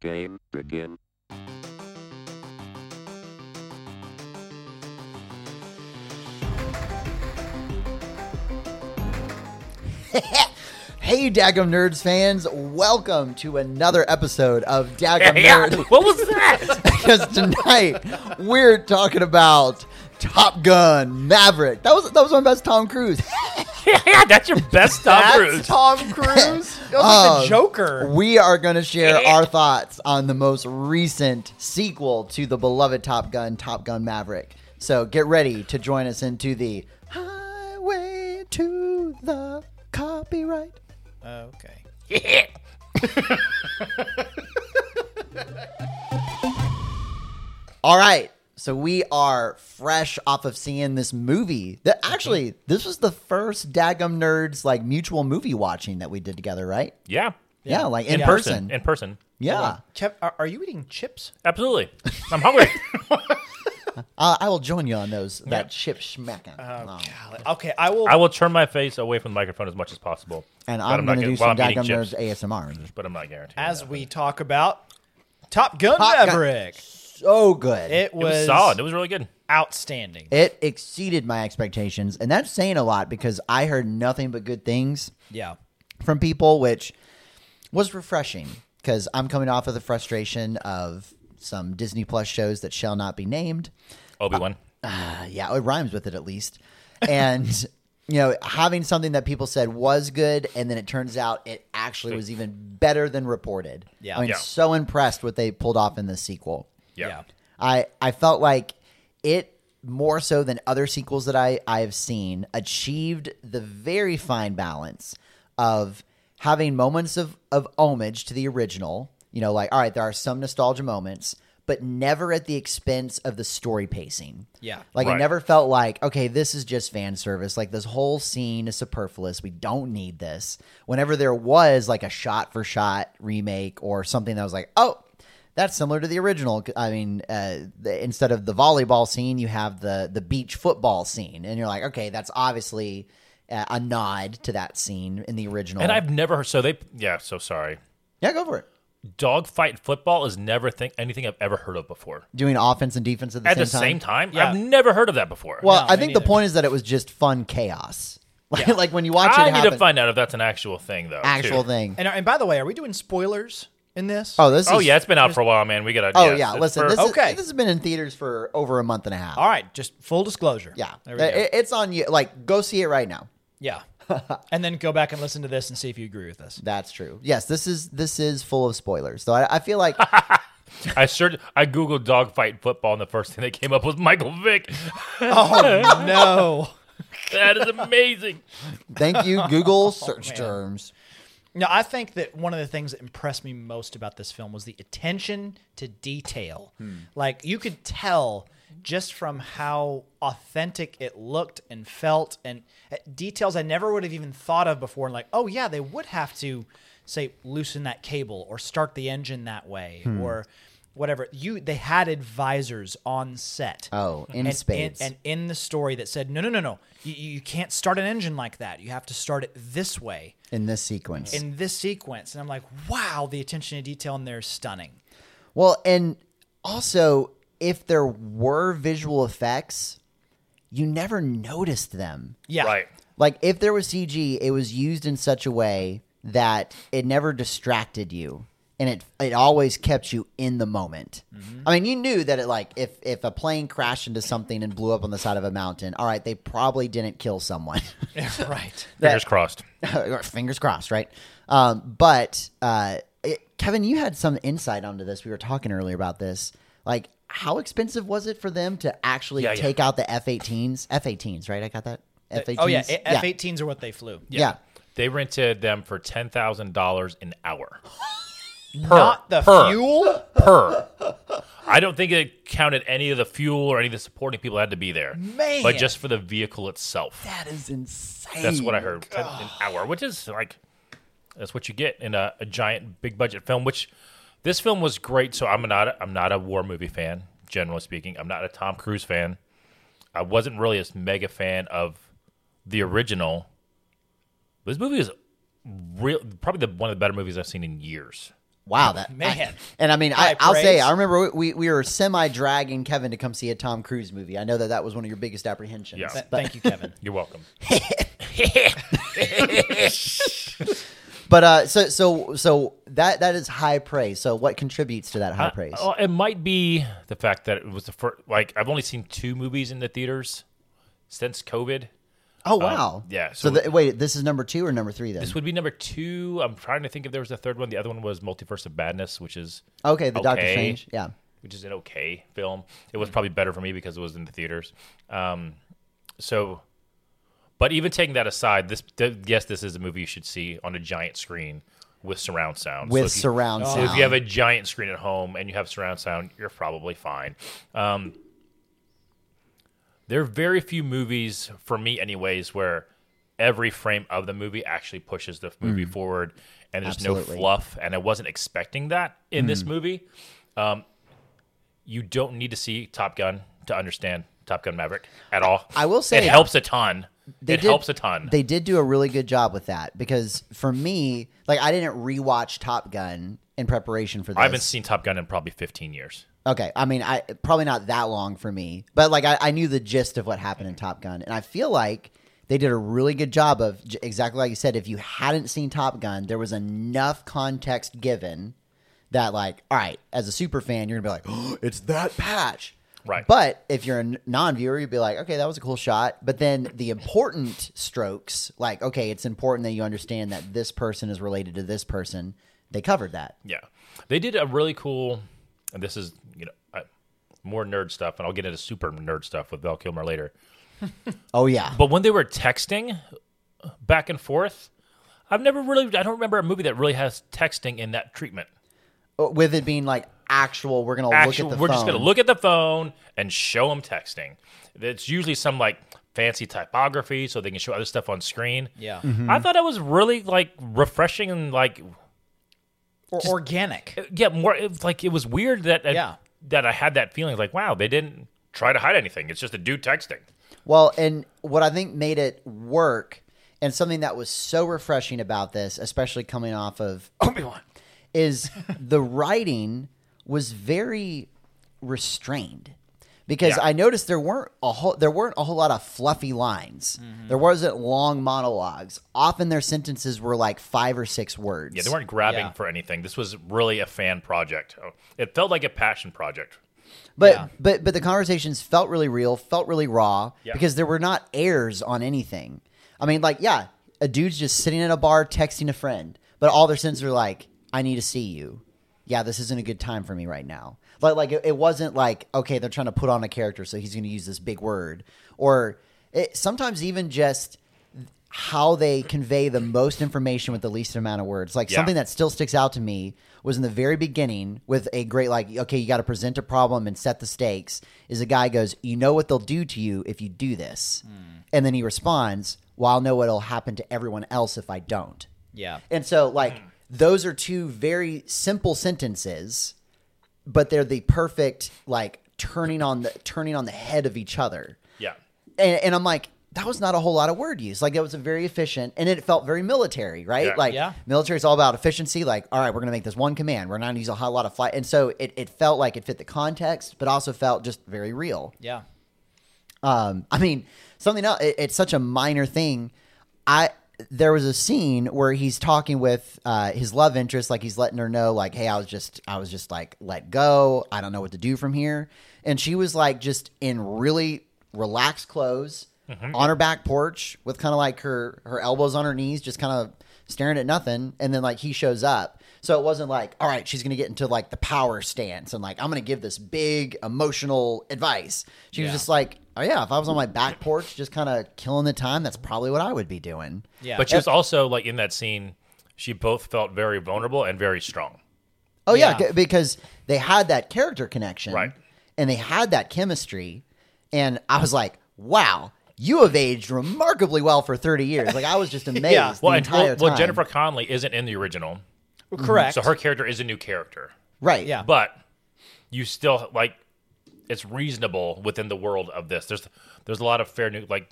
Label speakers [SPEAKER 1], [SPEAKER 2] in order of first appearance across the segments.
[SPEAKER 1] Game begin.
[SPEAKER 2] hey, Dagum Nerds fans, welcome to another episode of Dagum Nerd.
[SPEAKER 3] What was that?
[SPEAKER 2] because tonight we're talking about Top Gun Maverick. That was that was my best Tom Cruise.
[SPEAKER 3] yeah, that's your best Tom Cruise.
[SPEAKER 4] Tom Cruise. That was like
[SPEAKER 2] Um,
[SPEAKER 4] the Joker.
[SPEAKER 2] We are going to share our thoughts on the most recent sequel to the beloved Top Gun, Top Gun Maverick. So get ready to join us into the highway to the copyright.
[SPEAKER 4] Okay.
[SPEAKER 2] All right. So we are fresh off of seeing this movie. That actually, this was the first Dagum Nerds like mutual movie watching that we did together, right?
[SPEAKER 3] yeah.
[SPEAKER 2] Yeah, like in, person.
[SPEAKER 3] In person.
[SPEAKER 2] Yeah.
[SPEAKER 4] Kev, are, are you eating chips?
[SPEAKER 3] Absolutely. I'm hungry.
[SPEAKER 2] Uh, I will join you on those that chip schmacking. Oh.
[SPEAKER 4] Okay, I will.
[SPEAKER 3] I will turn my face away from the microphone as much as possible.
[SPEAKER 2] And
[SPEAKER 3] But
[SPEAKER 2] I'm
[SPEAKER 3] not
[SPEAKER 2] going to do
[SPEAKER 3] gonna-
[SPEAKER 2] some
[SPEAKER 3] while I'm eating
[SPEAKER 2] Dagum
[SPEAKER 3] chips,
[SPEAKER 2] Nerds ASMR.
[SPEAKER 3] But I'm not guaranteeing.
[SPEAKER 4] as
[SPEAKER 3] that.
[SPEAKER 4] we talk about Top Gun
[SPEAKER 2] Top Gun.
[SPEAKER 4] Maverick,
[SPEAKER 2] So good. It,
[SPEAKER 4] it
[SPEAKER 3] it was
[SPEAKER 4] was
[SPEAKER 3] solid. It was really good.
[SPEAKER 4] outstanding.
[SPEAKER 2] exceeded my expectations. And that's saying a lot because I heard nothing but good things
[SPEAKER 4] yeah.
[SPEAKER 2] from people, which was refreshing because I'm coming off of the frustration of some Disney Plus shows that shall not be named.
[SPEAKER 3] Obi Wan.
[SPEAKER 2] Uh, yeah, it rhymes with it at least. And you know, having something that people said was good, and then it turns out it actually was even better than reported.
[SPEAKER 4] Yeah.
[SPEAKER 2] I mean,
[SPEAKER 3] Yeah.
[SPEAKER 2] so impressed what they pulled off in this sequel.
[SPEAKER 3] yeah.
[SPEAKER 4] Yeah.
[SPEAKER 2] I I felt like it more so than other sequels that I I have seen achieved the very fine balance of having moments of of homage to the original. You know, like all right, there are some nostalgia moments, but never at the expense of the story pacing.
[SPEAKER 4] Yeah.
[SPEAKER 2] Like it
[SPEAKER 3] Right.
[SPEAKER 2] never felt like, okay, this is just fan service. Like this whole scene is superfluous. We don't need this. Whenever there was like a shot for shot remake or something that was like, oh, that's similar to the original. I mean, uh, the, instead of the volleyball scene, you have the the beach football scene, and you're like, okay, that's obviously uh, a nod to that scene in the original.
[SPEAKER 3] And I've never heard. So they. Yeah. So sorry.
[SPEAKER 2] yeah, go for it.
[SPEAKER 3] Dogfight football is never think anything I've ever heard of before.
[SPEAKER 2] Doing offense and defense at the
[SPEAKER 3] At
[SPEAKER 2] same
[SPEAKER 3] the
[SPEAKER 2] time.
[SPEAKER 3] same time,
[SPEAKER 4] Yeah.
[SPEAKER 3] I've never heard of that before.
[SPEAKER 2] well,
[SPEAKER 4] No,
[SPEAKER 2] I
[SPEAKER 4] me
[SPEAKER 2] think the
[SPEAKER 4] neither.
[SPEAKER 2] point is that it was just fun chaos. Like, like when you watch it
[SPEAKER 3] I need
[SPEAKER 2] happen,
[SPEAKER 3] to find out if that's an actual thing, though.
[SPEAKER 2] actual
[SPEAKER 3] too.
[SPEAKER 2] thing.
[SPEAKER 4] And, and by the way, are we doing spoilers in this?
[SPEAKER 2] Oh, this
[SPEAKER 3] Oh
[SPEAKER 2] is
[SPEAKER 3] yeah, it's been out for a while, man. We gotta.
[SPEAKER 2] Oh
[SPEAKER 3] yes,
[SPEAKER 2] yeah,
[SPEAKER 3] it's
[SPEAKER 2] listen,
[SPEAKER 3] for-
[SPEAKER 2] this,
[SPEAKER 4] okay.
[SPEAKER 2] is, this has been in theaters for over a month and a half.
[SPEAKER 4] All right, just full disclosure.
[SPEAKER 2] Yeah,
[SPEAKER 4] There we go.
[SPEAKER 2] It- it's on you. Like, go see it right now.
[SPEAKER 4] yeah. and then go back and listen to this and see if you agree with us.
[SPEAKER 2] That's true. Yes, this is this is full of spoilers. So I, I feel like
[SPEAKER 3] I sure I googled dogfight football, and the first thing that came up was Michael Vick.
[SPEAKER 4] Oh, no.
[SPEAKER 3] that is amazing.
[SPEAKER 2] thank you
[SPEAKER 4] Oh,
[SPEAKER 2] Google search terms.
[SPEAKER 4] No, I think that one of the things that impressed me most about this film was the attention to detail.
[SPEAKER 2] Hmm.
[SPEAKER 4] Like you could tell just from how authentic it looked and felt, and uh, details I never would have even thought of before. And like, oh yeah, they would have to say loosen that cable or start the engine that way
[SPEAKER 2] Hmm.
[SPEAKER 4] or whatever. You they had advisors on set
[SPEAKER 2] Oh, in
[SPEAKER 4] and,
[SPEAKER 2] spades.
[SPEAKER 4] And, and in the story that said, no, no, no, no, you, you can't start an engine like that. You have to start it this way
[SPEAKER 2] in this sequence.
[SPEAKER 4] in this sequence. And I'm like, wow, the attention to detail in there is stunning.
[SPEAKER 2] well, and also if there were visual effects, you never noticed them.
[SPEAKER 4] Yeah.
[SPEAKER 3] Right.
[SPEAKER 2] Like if there was CG, it was used in such a way that it never distracted you and it it always kept you in the moment. I mean, you knew that it like if if a plane crashed into something and blew up on the side of a mountain, all right, they probably didn't kill someone.
[SPEAKER 4] right.
[SPEAKER 3] Fingers crossed.
[SPEAKER 2] Fingers crossed, right? Um, but uh, it, Kevin, you had some insight onto this. We were talking earlier about this. Like, how expensive was it for them to actually
[SPEAKER 3] Yeah, yeah.
[SPEAKER 2] take out the F-18s? F-18s, right? I got that. F-18s.
[SPEAKER 4] Oh, yeah. F 18s are what they flew.
[SPEAKER 2] yeah.
[SPEAKER 3] They rented them for ten thousand dollars an hour. Per,
[SPEAKER 4] Not the
[SPEAKER 3] per,
[SPEAKER 4] fuel.
[SPEAKER 3] per. I don't think it counted any of the fuel or any of the supporting people had to be there,
[SPEAKER 4] Man.
[SPEAKER 3] But just for the vehicle itself,
[SPEAKER 2] That is insane.
[SPEAKER 3] that's what I heard. 10 an hour, which is like that's what you get in a, a giant big budget film. Which this film was great. So I'm not I'm not a war movie fan. Generally speaking, I'm not a Tom Cruise fan. I wasn't really a mega fan of the original. This movie is real, probably the, one of the better movies I've seen in years.
[SPEAKER 2] wow, that
[SPEAKER 4] Man.
[SPEAKER 2] I- and I mean,
[SPEAKER 4] High
[SPEAKER 2] I, I'll say,
[SPEAKER 4] praise.
[SPEAKER 2] I remember we, we were semi dragging Kevin to come see a Tom Cruise movie. I know that that was one of your biggest apprehensions.
[SPEAKER 3] Yeah.
[SPEAKER 4] Th-
[SPEAKER 2] But,
[SPEAKER 4] Thank you, Kevin.
[SPEAKER 3] You're welcome.
[SPEAKER 2] but uh, so so so that that is high praise. So what contributes to that high praise?
[SPEAKER 3] Uh, well, it might be the fact that it was the first. Like I've only seen two movies in the theaters since COVID.
[SPEAKER 2] oh wow,
[SPEAKER 3] uh, yeah,
[SPEAKER 2] So,
[SPEAKER 3] so-
[SPEAKER 2] the, wait, this is number two or number three then?
[SPEAKER 3] This would be number two. I'm trying to think if there was a third one. The other one was Multiverse of Madness, which is
[SPEAKER 2] okay, the Doctor
[SPEAKER 3] okay.
[SPEAKER 2] Strange. Yeah.
[SPEAKER 3] which is an okay film. It was probably better for me because it was in the theaters. Um, so, but even taking that aside, this th- yes, this is a movie you should see on a giant screen with surround sound. So
[SPEAKER 2] With
[SPEAKER 3] if you-
[SPEAKER 2] surround
[SPEAKER 3] so
[SPEAKER 2] sound.
[SPEAKER 3] if you have a giant screen at home and you have surround sound, you're probably fine. Um, there are very few movies, for me, anyways, where every frame of the movie actually pushes the movie forward, and there's
[SPEAKER 2] Hmm. Absolutely. Hmm.
[SPEAKER 3] no fluff. And I wasn't expecting that in this movie. Um, you don't need to see Top Gun to understand Top Gun Maverick at all.
[SPEAKER 2] I will say-
[SPEAKER 3] it helps a ton.
[SPEAKER 2] They
[SPEAKER 3] it
[SPEAKER 2] did-
[SPEAKER 3] helps a ton.
[SPEAKER 2] They did do a really good job with that because for me, like I didn't rewatch Top Gun in preparation for this.
[SPEAKER 3] I haven't seen Top Gun in probably 15 years.
[SPEAKER 2] Okay, I mean, I probably not that long for me, but like I, I knew the gist of what happened in Top Gun, and I feel like they did a really good job of j- exactly like you said. If you hadn't seen Top Gun, there was enough context given that, like, all right, as a super fan, you're gonna be like, oh, it's that patch,
[SPEAKER 3] Right.
[SPEAKER 2] But if you're a n- non-viewer, you'd be like, okay, that was a cool shot. But then the important strokes, like, okay, it's important that you understand that this person is related to this person. They covered that.
[SPEAKER 3] Yeah, they did a really cool. And this is you know I, more nerd stuff, and I'll get into super nerd stuff with Val Kilmer later.
[SPEAKER 2] Oh yeah,
[SPEAKER 3] But when they were texting back and forth, I've never really I don't remember a movie that really has texting in that treatment.
[SPEAKER 2] uh, with it being like actual we're gonna
[SPEAKER 3] Actual,
[SPEAKER 2] look at the
[SPEAKER 3] we're
[SPEAKER 2] phone
[SPEAKER 3] just gonna look at the phone and show them texting. It's usually some like fancy typography so they can show other stuff on screen.
[SPEAKER 4] Yeah.
[SPEAKER 3] I thought it was really like refreshing and like
[SPEAKER 4] Or organic.
[SPEAKER 3] yeah, more it, was like it was weird that I,
[SPEAKER 4] Yeah.
[SPEAKER 3] that I had that feeling like wow, they didn't try to hide anything. It's just a dude texting.
[SPEAKER 2] well and what i think made it work and something that was so refreshing about this especially coming off of
[SPEAKER 3] Obi-Wan.
[SPEAKER 2] is the writing was very restrained because
[SPEAKER 3] Yeah.
[SPEAKER 2] I noticed there weren't a whole there weren't a whole lot of fluffy lines.
[SPEAKER 3] Mm-hmm.
[SPEAKER 2] There wasn't long monologues. Often their sentences were like five or six words.
[SPEAKER 3] Yeah, they weren't grabbing
[SPEAKER 4] Yeah.
[SPEAKER 3] for anything. This was really a fan project. Oh, It felt like a passion project.
[SPEAKER 2] But
[SPEAKER 4] Yeah.
[SPEAKER 2] but but the conversations felt really real, felt really raw
[SPEAKER 3] Yeah.
[SPEAKER 2] because there were not airs on anything. I mean, like, yeah, a dude's just sitting in a bar texting a friend, but all their senses are like, "I need to see you." Yeah, this isn't a good time for me right now. Like like it, it wasn't like okay, they're trying to put on a character, so he's going to use this big word, or it, sometimes even just how they convey the most information with the least amount of words. Like
[SPEAKER 3] Yeah.
[SPEAKER 2] something that still sticks out to me was in the very beginning with a great like, okay, you got to present a problem and set the stakes. Is a guy goes, you know what they'll do to you if you do this, and then he responds, well, I'll know what'll happen to everyone else if I don't.
[SPEAKER 4] Yeah.
[SPEAKER 2] And so like those are two very simple sentences, but they're the perfect like turning on the turning on the head of each other
[SPEAKER 3] Yeah.
[SPEAKER 2] and, and I'm like, that was not a whole lot of word use. Like that was a very efficient, and it felt very military, right?
[SPEAKER 3] Yeah.
[SPEAKER 2] Like
[SPEAKER 4] Yeah.
[SPEAKER 2] military is all about efficiency. Like, all right, we're gonna make this one command. We're not gonna use a whole lot of flight, and so it, it felt like it fit the context, but also felt just very real.
[SPEAKER 4] Yeah.
[SPEAKER 2] Um, I mean, something else. It, it's such a minor thing. I there was a scene where he's talking with uh, his love interest, like he's letting her know, like, "Hey, I was just, I was just like let go. I don't know what to do from here." And she was like, just in really relaxed clothes on her back porch with kind of like her her elbows on her knees, just kind of staring at nothing. And then like he shows up. So it wasn't like, all right, she's gonna get into like the power stance and like I'm gonna give this big emotional advice. She was
[SPEAKER 4] Yeah.
[SPEAKER 2] just like, oh yeah, if I was on my back porch just kind of killing the time, that's probably what I would be doing.
[SPEAKER 4] Yeah.
[SPEAKER 3] But she was also like in that scene, she both felt very vulnerable and very strong.
[SPEAKER 2] Oh yeah,
[SPEAKER 4] Yeah.
[SPEAKER 2] c- because they had that character connection,
[SPEAKER 3] Right.
[SPEAKER 2] And they had that chemistry, and I was like, wow. You have aged remarkably well for 30 years. Like I was just amazed
[SPEAKER 4] Yeah.
[SPEAKER 2] the
[SPEAKER 3] Well, and
[SPEAKER 2] entire
[SPEAKER 3] well,
[SPEAKER 2] time.
[SPEAKER 3] well, Jennifer Connelly isn't in the original,
[SPEAKER 4] correct.
[SPEAKER 3] so her character is a new character.
[SPEAKER 2] right?
[SPEAKER 4] Yeah.
[SPEAKER 3] But you still like it's reasonable within the world of this. There's there's a lot of fair new like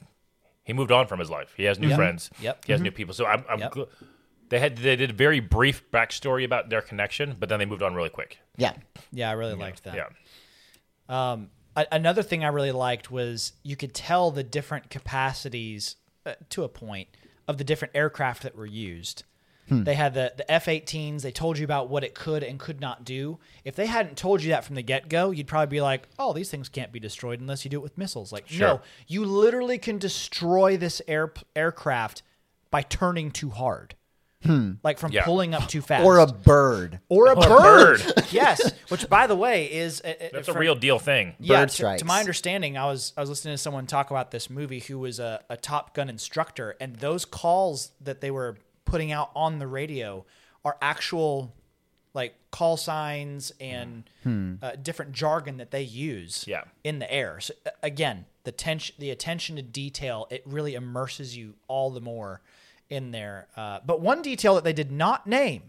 [SPEAKER 3] he moved on from his life. He has new friends.
[SPEAKER 4] Yep. Mm-hmm.
[SPEAKER 3] He has new people. So I'm, I'm
[SPEAKER 4] Yep.
[SPEAKER 3] gl- They had they did a very brief backstory about their connection, but then they moved on really quick.
[SPEAKER 2] Yeah.
[SPEAKER 4] Yeah, I really liked that.
[SPEAKER 3] Yeah.
[SPEAKER 4] A- another thing I really liked was you could tell the different capacities uh, to a point of the different aircraft that were used.
[SPEAKER 2] Hmm.
[SPEAKER 4] They had the, the F 18s. They told you about what it could and could not do. If they hadn't told you that from the get go, you'd probably be like, oh, these things can't be destroyed unless you do it with missiles. Like,
[SPEAKER 3] Sure.
[SPEAKER 4] no, you literally can destroy this air, aircraft by turning too hard, like from
[SPEAKER 3] Yeah.
[SPEAKER 4] pulling up too fast.
[SPEAKER 2] Hmm. Or a bird.
[SPEAKER 4] or a bird.
[SPEAKER 3] bird.
[SPEAKER 4] yes, which by the way is uh, uh,
[SPEAKER 3] That's a
[SPEAKER 4] from-
[SPEAKER 3] real deal thing.
[SPEAKER 2] Bird
[SPEAKER 4] to- To,
[SPEAKER 2] strikes.
[SPEAKER 4] my understanding, I was I was listening to someone talk about this movie who was a, a Top Gun instructor, and those calls that they were putting out on the radio are actual like call signs and
[SPEAKER 2] Hmm.
[SPEAKER 4] uh, different jargon that they use
[SPEAKER 3] Yeah.
[SPEAKER 4] in the air. So uh, again, the tension, the attention to detail, it really immerses you all the more in there. Uh, but one detail that they did not name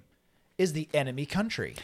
[SPEAKER 4] is the enemy country.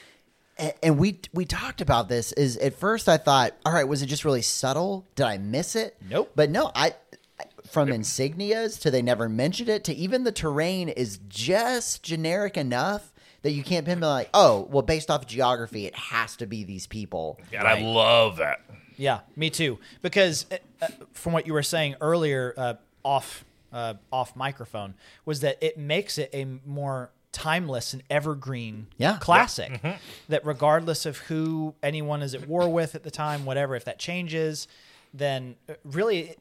[SPEAKER 2] A- and we we talked about this is at first I thought, all right, was it just really subtle? Did I miss it?
[SPEAKER 4] Nope.
[SPEAKER 2] But no, I I- from insignias to they never mentioned it to even the terrain is just generic enough that you can't pinpoint like, oh, well, based off geography, it has to be these people.
[SPEAKER 3] And I love that.
[SPEAKER 4] Yeah, me too. Because uh, uh, from what you were saying earlier, uh, off uh, off microphone, was that it makes it a more timeless and evergreen
[SPEAKER 2] Yeah.
[SPEAKER 4] classic. That regardless of who anyone is at war with at the time, whatever, if that changes, then uh, really.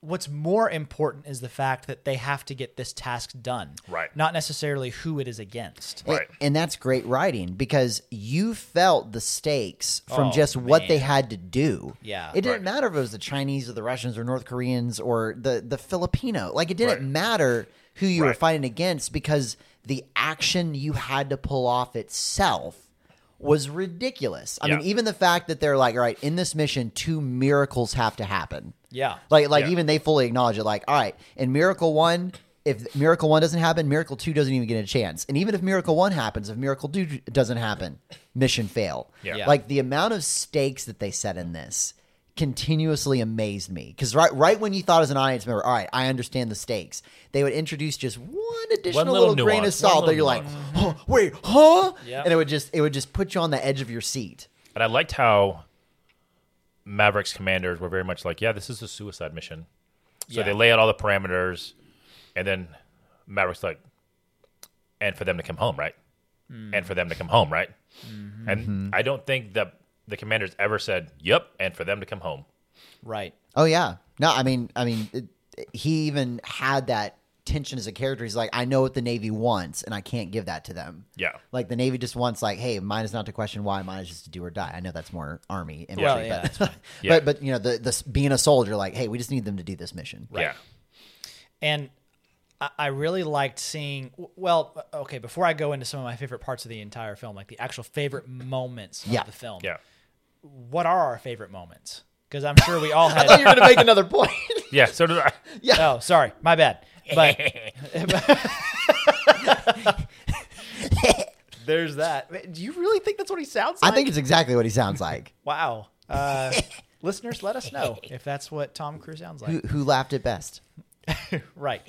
[SPEAKER 4] What's more important is the fact that they have to get this task done,
[SPEAKER 3] Right.
[SPEAKER 4] Not necessarily who it is against.
[SPEAKER 2] A-
[SPEAKER 3] Right.
[SPEAKER 2] And that's great writing because you felt the stakes from
[SPEAKER 4] Oh,
[SPEAKER 2] just what they
[SPEAKER 4] man.
[SPEAKER 2] had to do.
[SPEAKER 4] Yeah.
[SPEAKER 2] It didn't
[SPEAKER 3] Right.
[SPEAKER 2] matter if it was the Chinese or the Russians or North Koreans or the, the Filipino. Like, it didn't
[SPEAKER 3] Right.
[SPEAKER 2] matter who you were
[SPEAKER 3] Right.
[SPEAKER 2] fighting against because the action you had to pull off itself was ridiculous. I mean,
[SPEAKER 3] Yeah.
[SPEAKER 2] even the fact that they're like, all right, in this mission, two miracles have to happen.
[SPEAKER 4] Yeah.
[SPEAKER 2] Like like
[SPEAKER 3] Yeah.
[SPEAKER 2] even they fully acknowledge it. Like, all right, in Miracle One, if Miracle One doesn't happen, Miracle Two doesn't even get a chance. And even if Miracle One happens, if Miracle Two doesn't happen, mission fail.
[SPEAKER 3] Yeah. Yeah.
[SPEAKER 2] Like the amount of stakes that they set in this continuously amazed me because right right when you thought as an audience member all right i understand the stakes they would introduce just one additional
[SPEAKER 3] little
[SPEAKER 2] little, grain of
[SPEAKER 3] nuance,
[SPEAKER 2] salt
[SPEAKER 3] one
[SPEAKER 2] that you're
[SPEAKER 3] little
[SPEAKER 2] like "Huh, wait huh
[SPEAKER 4] Yep.
[SPEAKER 2] and it would just it would just put you on the edge of your seat
[SPEAKER 3] And I liked how Mavericks commanders were very much like, yeah, this is a suicide mission. So
[SPEAKER 4] Yeah.
[SPEAKER 3] they lay out all the parameters, and then Mavericks like, and for them to come home, right?
[SPEAKER 4] Hmm.
[SPEAKER 3] And for them to come home, right?
[SPEAKER 4] Mm-hmm.
[SPEAKER 3] And I don't think that the commanders ever said, "Yep," and for them to come home.
[SPEAKER 4] right.
[SPEAKER 2] Oh yeah. No, I mean, I mean, it, he even had that tension as a character. He's like, I know what the Navy wants, and I can't give that to them.
[SPEAKER 3] Yeah.
[SPEAKER 2] Like the Navy just wants, like, hey, mine is not to question why, mine is just to do or die. I know that's more Army imagery,
[SPEAKER 4] Well, yeah, that's
[SPEAKER 2] but,
[SPEAKER 3] Yeah.
[SPEAKER 2] but but you know, the the being a soldier, like, hey, we just need them to do this mission.
[SPEAKER 3] Yeah,
[SPEAKER 4] and I- I really liked seeing. Well, okay. Before I go into some of my favorite parts of the entire film, like the actual favorite moments
[SPEAKER 2] Yeah.
[SPEAKER 4] of the film,
[SPEAKER 3] yeah,
[SPEAKER 4] What are our favorite moments? Because I'm sure we all
[SPEAKER 2] I thought you
[SPEAKER 4] had.
[SPEAKER 2] were gonna make another point.
[SPEAKER 3] yeah. So did I.
[SPEAKER 4] oh, sorry, my bad. But there's that. Do you really think that's what he sounds
[SPEAKER 2] I
[SPEAKER 4] like?
[SPEAKER 2] think it's exactly what he sounds like.
[SPEAKER 4] Wow. Uh, listeners, let us know if that's what Tom Cruise sounds
[SPEAKER 2] Who,
[SPEAKER 4] like.
[SPEAKER 2] who laughed at best?
[SPEAKER 4] right.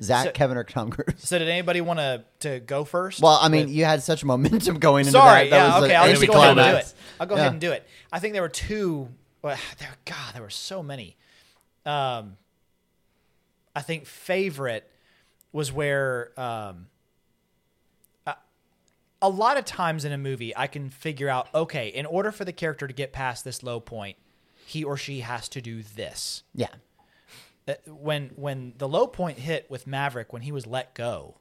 [SPEAKER 2] Zach,
[SPEAKER 4] So-
[SPEAKER 2] Kevin, or Tom Cruise?
[SPEAKER 4] So did anybody want to to go first?
[SPEAKER 2] Well, I mean,
[SPEAKER 4] With-
[SPEAKER 2] you had such momentum going into that.
[SPEAKER 4] Sorry.
[SPEAKER 2] that
[SPEAKER 4] yeah.
[SPEAKER 2] was
[SPEAKER 4] okay.
[SPEAKER 2] an
[SPEAKER 4] I'll just go ahead and do
[SPEAKER 2] anticlimax.
[SPEAKER 4] it. I'll go
[SPEAKER 2] Yeah.
[SPEAKER 4] ahead and do it. I think there were two. Well, there, God, there were so many. Um, I think favorite was where um, I- a lot of times in a movie I can figure out. Okay, in order for the character to get past this low point, he or she has to do this
[SPEAKER 2] Yeah.
[SPEAKER 4] that- uh, when when the low point hit with Maverick when he was let go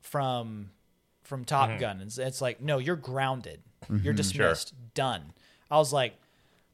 [SPEAKER 4] from from Top Gun, it's, it's like no, you're grounded, you're dismissed, done. I was like,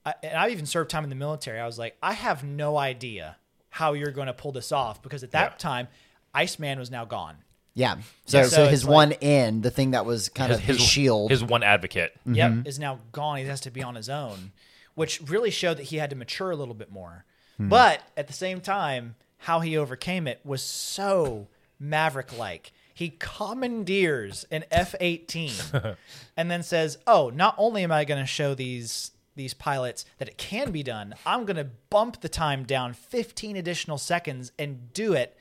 [SPEAKER 4] I, and I've even served time in the military. I was like, I have no idea how you're going to pull this off because at that
[SPEAKER 3] Yeah.
[SPEAKER 4] time, Iceman was now gone.
[SPEAKER 2] Yeah. So,
[SPEAKER 4] Yeah,
[SPEAKER 2] so,
[SPEAKER 4] so it's
[SPEAKER 2] his
[SPEAKER 4] like-
[SPEAKER 2] one end, the thing that was kind of his, shield.
[SPEAKER 3] his one advocate.
[SPEAKER 4] Yep, is now gone. He has to be on his own, which really showed that he had to mature a little bit more. But at the same time, how he overcame it was so maverick like. He commandeers an F 18 and then says, Oh, not only am I going to show these these pilots that it can be done, I'm going to bump the time down 15 additional seconds and do it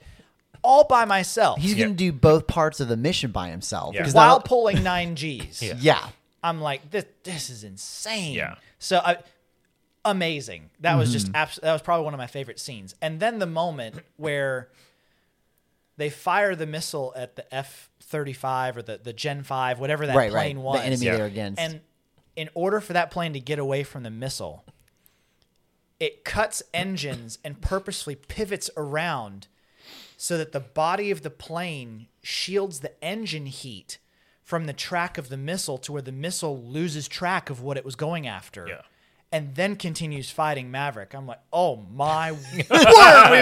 [SPEAKER 4] all by myself
[SPEAKER 2] He's
[SPEAKER 3] Yeah.
[SPEAKER 2] going to do both parts of the mission by himself.
[SPEAKER 3] Yeah.
[SPEAKER 2] 'Cause
[SPEAKER 4] while
[SPEAKER 2] now-
[SPEAKER 4] pulling nine Gs.
[SPEAKER 3] Yeah.
[SPEAKER 2] yeah.
[SPEAKER 4] I'm like, this this is insane.
[SPEAKER 3] Yeah.
[SPEAKER 4] So I, amazing. That was just abs- that was probably one of my favorite scenes. And then the moment where they fire the missile at the F thirty five or the, the Gen five, whatever that
[SPEAKER 2] Right, right.
[SPEAKER 4] plane was.
[SPEAKER 2] The enemy
[SPEAKER 3] Yeah.
[SPEAKER 2] they're against.
[SPEAKER 4] And in order for that plane to get away from the missile, it cuts engines and purposefully pivots around so that the body of the plane shields the engine heat from the track of the missile to where the missile loses track of what it was going after.
[SPEAKER 3] Yeah.
[SPEAKER 4] And then continues fighting Maverick. I'm like, oh my word, we've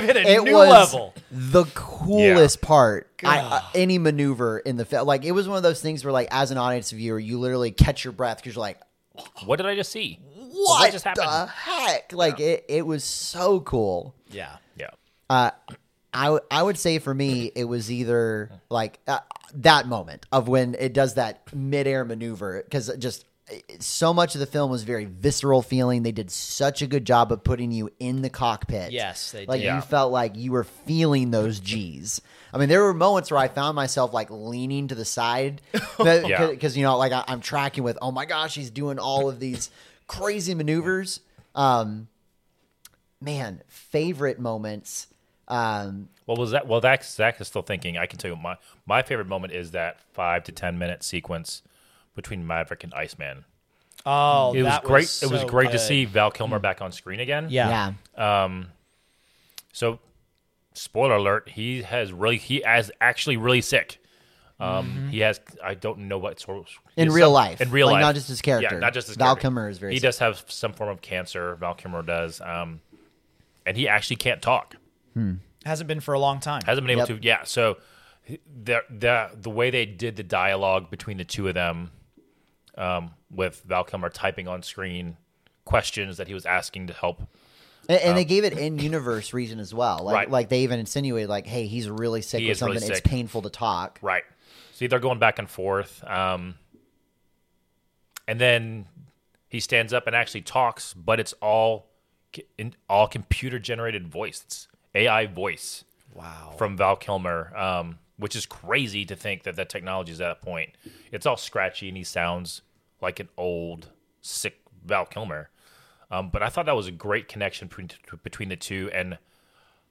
[SPEAKER 4] hit a
[SPEAKER 2] it
[SPEAKER 4] new
[SPEAKER 2] was
[SPEAKER 4] level.
[SPEAKER 2] the coolest part. I, uh, any maneuver in the film, like it was one of those things where, like, as an audience viewer, you literally catch your breath because you're like,
[SPEAKER 3] What did I just see?
[SPEAKER 2] "What,
[SPEAKER 3] just happened?"
[SPEAKER 2] the heck?" Like it, it was so cool.
[SPEAKER 4] Yeah.
[SPEAKER 3] Yeah.
[SPEAKER 2] I, w- I would say for me, it was either like uh, that moment of when it does that midair maneuver because just it- so much of the film was very visceral feeling. They did such a good job of putting you in the cockpit.
[SPEAKER 4] Yes, they
[SPEAKER 2] like
[SPEAKER 4] did.
[SPEAKER 2] you
[SPEAKER 3] Yeah.
[SPEAKER 2] felt like you were feeling those G's. I mean, there were moments where I found myself like leaning to the side because
[SPEAKER 3] Yeah.
[SPEAKER 2] you know, like I, I'm tracking with, oh my gosh, he's doing all of these crazy maneuvers Um, man, favorite moments. Um,
[SPEAKER 3] Well, was that? Well, that's Zach is still thinking. I can tell you my my favorite moment is that five to ten minute sequence between Maverick and Iceman.
[SPEAKER 4] Oh,
[SPEAKER 3] It was
[SPEAKER 4] that
[SPEAKER 3] great.
[SPEAKER 4] so
[SPEAKER 3] it was great to
[SPEAKER 4] good.
[SPEAKER 3] see Val Kilmer back on screen again.
[SPEAKER 4] Yeah.
[SPEAKER 2] yeah.
[SPEAKER 3] So, spoiler alert: he has really he has actually really sick. Um, he has I don't know what sort of
[SPEAKER 2] Mm-hmm. In
[SPEAKER 3] he's
[SPEAKER 2] real life.
[SPEAKER 3] in real
[SPEAKER 2] Like,
[SPEAKER 3] life,
[SPEAKER 2] not just his character.
[SPEAKER 3] Yeah, not just his
[SPEAKER 2] Val
[SPEAKER 3] character.
[SPEAKER 2] Kilmer is very
[SPEAKER 3] He
[SPEAKER 2] sick.
[SPEAKER 3] does have some form of cancer. Val Kilmer does, um, and he actually can't talk.
[SPEAKER 4] Hasn't been for a long time.
[SPEAKER 3] hasn't been able
[SPEAKER 2] Yep.
[SPEAKER 3] to. Yeah, so the the the way they did the dialogue between the two of them, um, with Val Kilmer typing on screen questions that he was asking to help.
[SPEAKER 2] And, and they gave it in universe reason as well. Like,
[SPEAKER 3] Um, Right.
[SPEAKER 2] like they even insinuated, like, hey, he's really sick
[SPEAKER 3] He
[SPEAKER 2] with
[SPEAKER 3] is really
[SPEAKER 2] something. it's
[SPEAKER 3] sick.
[SPEAKER 2] painful to talk.
[SPEAKER 3] Right. See, they're going back and forth, um, and then he stands up and actually talks, but it's all c- in all computer generated voice. It's AI voice.
[SPEAKER 4] Wow.
[SPEAKER 3] from Val Kilmer, um, which is crazy to think that that technology is at that point. It's all scratchy and he sounds like an old, sick Val Kilmer. Um, but I thought that was a great connection between, between the two and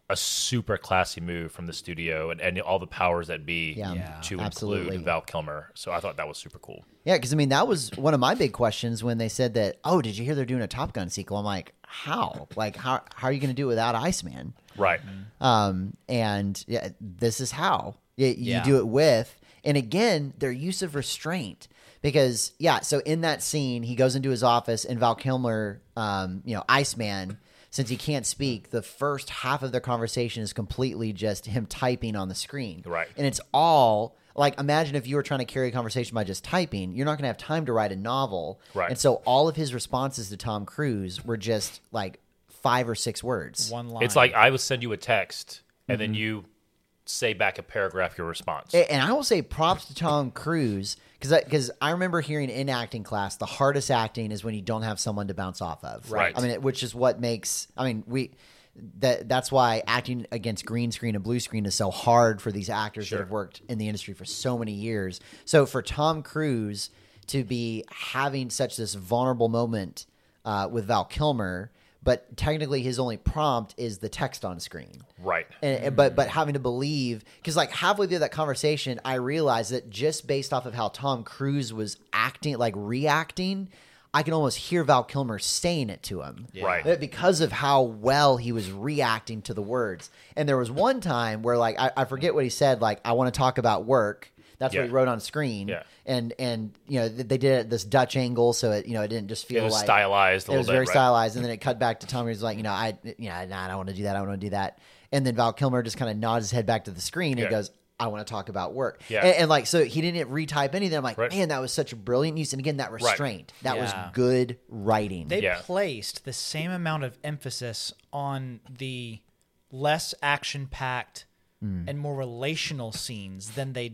[SPEAKER 3] a super classy move from the studio and, and all the powers that be
[SPEAKER 2] Yeah, Yeah,
[SPEAKER 3] to
[SPEAKER 2] absolutely.
[SPEAKER 3] include Val Kilmer. So I thought that was super cool.
[SPEAKER 2] Yeah, because I mean that was one of my big questions when they said that. Oh, did you hear they're doing a Top Gun sequel? I'm like, how? Like, how how are you going to do it without Iceman?
[SPEAKER 3] Right.
[SPEAKER 2] Um, and yeah, this is how Y- you,
[SPEAKER 4] Yeah.
[SPEAKER 2] do it with. And again, their use of restraint because yeah. So in that scene, he goes into his office and Val Kilmer, um, you know, Iceman. Since he can't speak, the first half of their conversation is completely just him typing on the screen.
[SPEAKER 3] Right.
[SPEAKER 2] And it's all like imagine if you were trying to carry a conversation by just typing, you're not going to have time to write a novel.
[SPEAKER 3] Right.
[SPEAKER 2] And so all of his responses to Tom Cruise were just like five or six words.
[SPEAKER 4] one line.
[SPEAKER 3] It's like I would send you a text and then
[SPEAKER 2] Mm-hmm.
[SPEAKER 3] you say back a paragraph your response.
[SPEAKER 2] A- and I will say props to Tom Cruise because because I, remember hearing in acting class the hardest acting is when you don't have someone to bounce off of.
[SPEAKER 3] Right.
[SPEAKER 2] I mean, it- which is what makes. I mean, we. That that's why acting against green screen and blue screen is so hard for these actors that have worked in the industry for so many years. So for Tom Cruise to be having such this vulnerable moment uh, with Val Kilmer, but technically his only prompt is the text on screen
[SPEAKER 3] right.
[SPEAKER 2] and, and- but but having to believe because like halfway through that conversation i realized that just based off of how tom cruise was acting like reacting i can almost hear val kilmer saying it to him
[SPEAKER 3] Right.
[SPEAKER 2] That because of how well he was reacting to the words and there was one time where like i, I forget what he said like i want to talk about work that's what he
[SPEAKER 3] Yeah.
[SPEAKER 2] wrote on screen,
[SPEAKER 3] Yeah.
[SPEAKER 2] and and you know th- they did it at this Dutch angle, so it you know it didn't just feel
[SPEAKER 3] It was
[SPEAKER 2] like
[SPEAKER 3] stylized
[SPEAKER 2] it
[SPEAKER 3] a little
[SPEAKER 2] was
[SPEAKER 3] bit.
[SPEAKER 2] very
[SPEAKER 3] right?
[SPEAKER 2] stylized, and then it cut back to Tom Cruise like, you know, I, you know, nah, I don't want to do that. I don't want to do that. And then Val Kilmer just kind of nods his head back to the screen and
[SPEAKER 3] Yeah.
[SPEAKER 2] goes, "I want to talk about work."
[SPEAKER 3] Yeah.
[SPEAKER 2] And, and, like, so he didn't retype anything. I'm like,
[SPEAKER 3] Right.
[SPEAKER 2] man, that was such a brilliant use. And again, that restraint, that
[SPEAKER 4] Yeah.
[SPEAKER 2] was good writing.
[SPEAKER 4] they
[SPEAKER 3] Yeah.
[SPEAKER 4] placed the same amount of emphasis on the less action packed and more relational scenes than they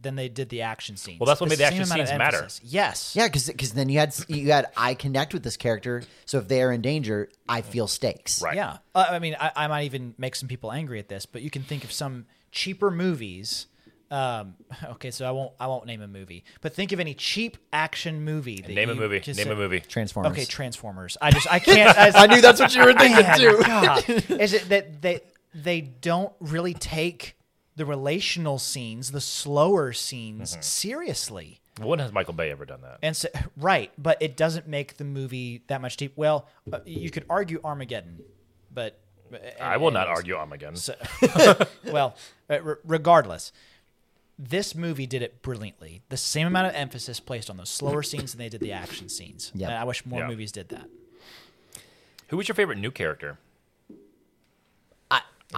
[SPEAKER 4] than they did the action scenes.
[SPEAKER 3] Well, that's what made the
[SPEAKER 4] same
[SPEAKER 3] action
[SPEAKER 4] amount of
[SPEAKER 3] scenes matter.
[SPEAKER 4] emphasis. Yes.
[SPEAKER 2] yeah, because then you had you had I connect with this character, so if they are in danger, I feel stakes.
[SPEAKER 3] Right.
[SPEAKER 4] Yeah. Uh, I mean, I, I might even make some people angry at this, but you can think of some cheaper movies. Um, okay, so I won't I won't name a movie, but think of any cheap action movie. That
[SPEAKER 3] Name a
[SPEAKER 4] you
[SPEAKER 3] movie. Name
[SPEAKER 4] just
[SPEAKER 3] a
[SPEAKER 4] said-
[SPEAKER 3] movie.
[SPEAKER 2] Transformers.
[SPEAKER 4] Okay, Transformers. I just I can't. I,
[SPEAKER 1] I knew that's what you were thinking
[SPEAKER 4] Man,
[SPEAKER 1] too.
[SPEAKER 4] God. Is it that they they don't really take the relational scenes, the slower
[SPEAKER 1] Mm-hmm.
[SPEAKER 4] scenes, seriously?
[SPEAKER 3] When has Michael Bay ever done that?
[SPEAKER 4] And so, right, but it doesn't make the movie that much deep. Well, uh, you could argue Armageddon, but
[SPEAKER 3] I will not
[SPEAKER 4] anyways.
[SPEAKER 3] argue Armageddon.
[SPEAKER 4] well, uh, re- regardless, this movie did it brilliantly. The same amount of emphasis placed on those slower scenes than they did the action scenes.
[SPEAKER 2] Yep.
[SPEAKER 4] And I wish more
[SPEAKER 3] Yeah.
[SPEAKER 4] movies did that.
[SPEAKER 3] Who was your favorite new character?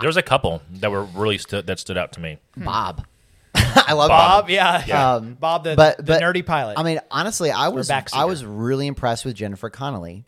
[SPEAKER 3] There's a couple that were really stood that stood out to me.
[SPEAKER 4] hmm.
[SPEAKER 2] Bob. I love
[SPEAKER 4] Bob, yeah, Bob the,
[SPEAKER 2] Um, but,
[SPEAKER 4] the
[SPEAKER 2] but
[SPEAKER 4] nerdy pilot.
[SPEAKER 2] I mean, honestly, I was
[SPEAKER 4] backseater.
[SPEAKER 2] I was really impressed with Jennifer Connelly.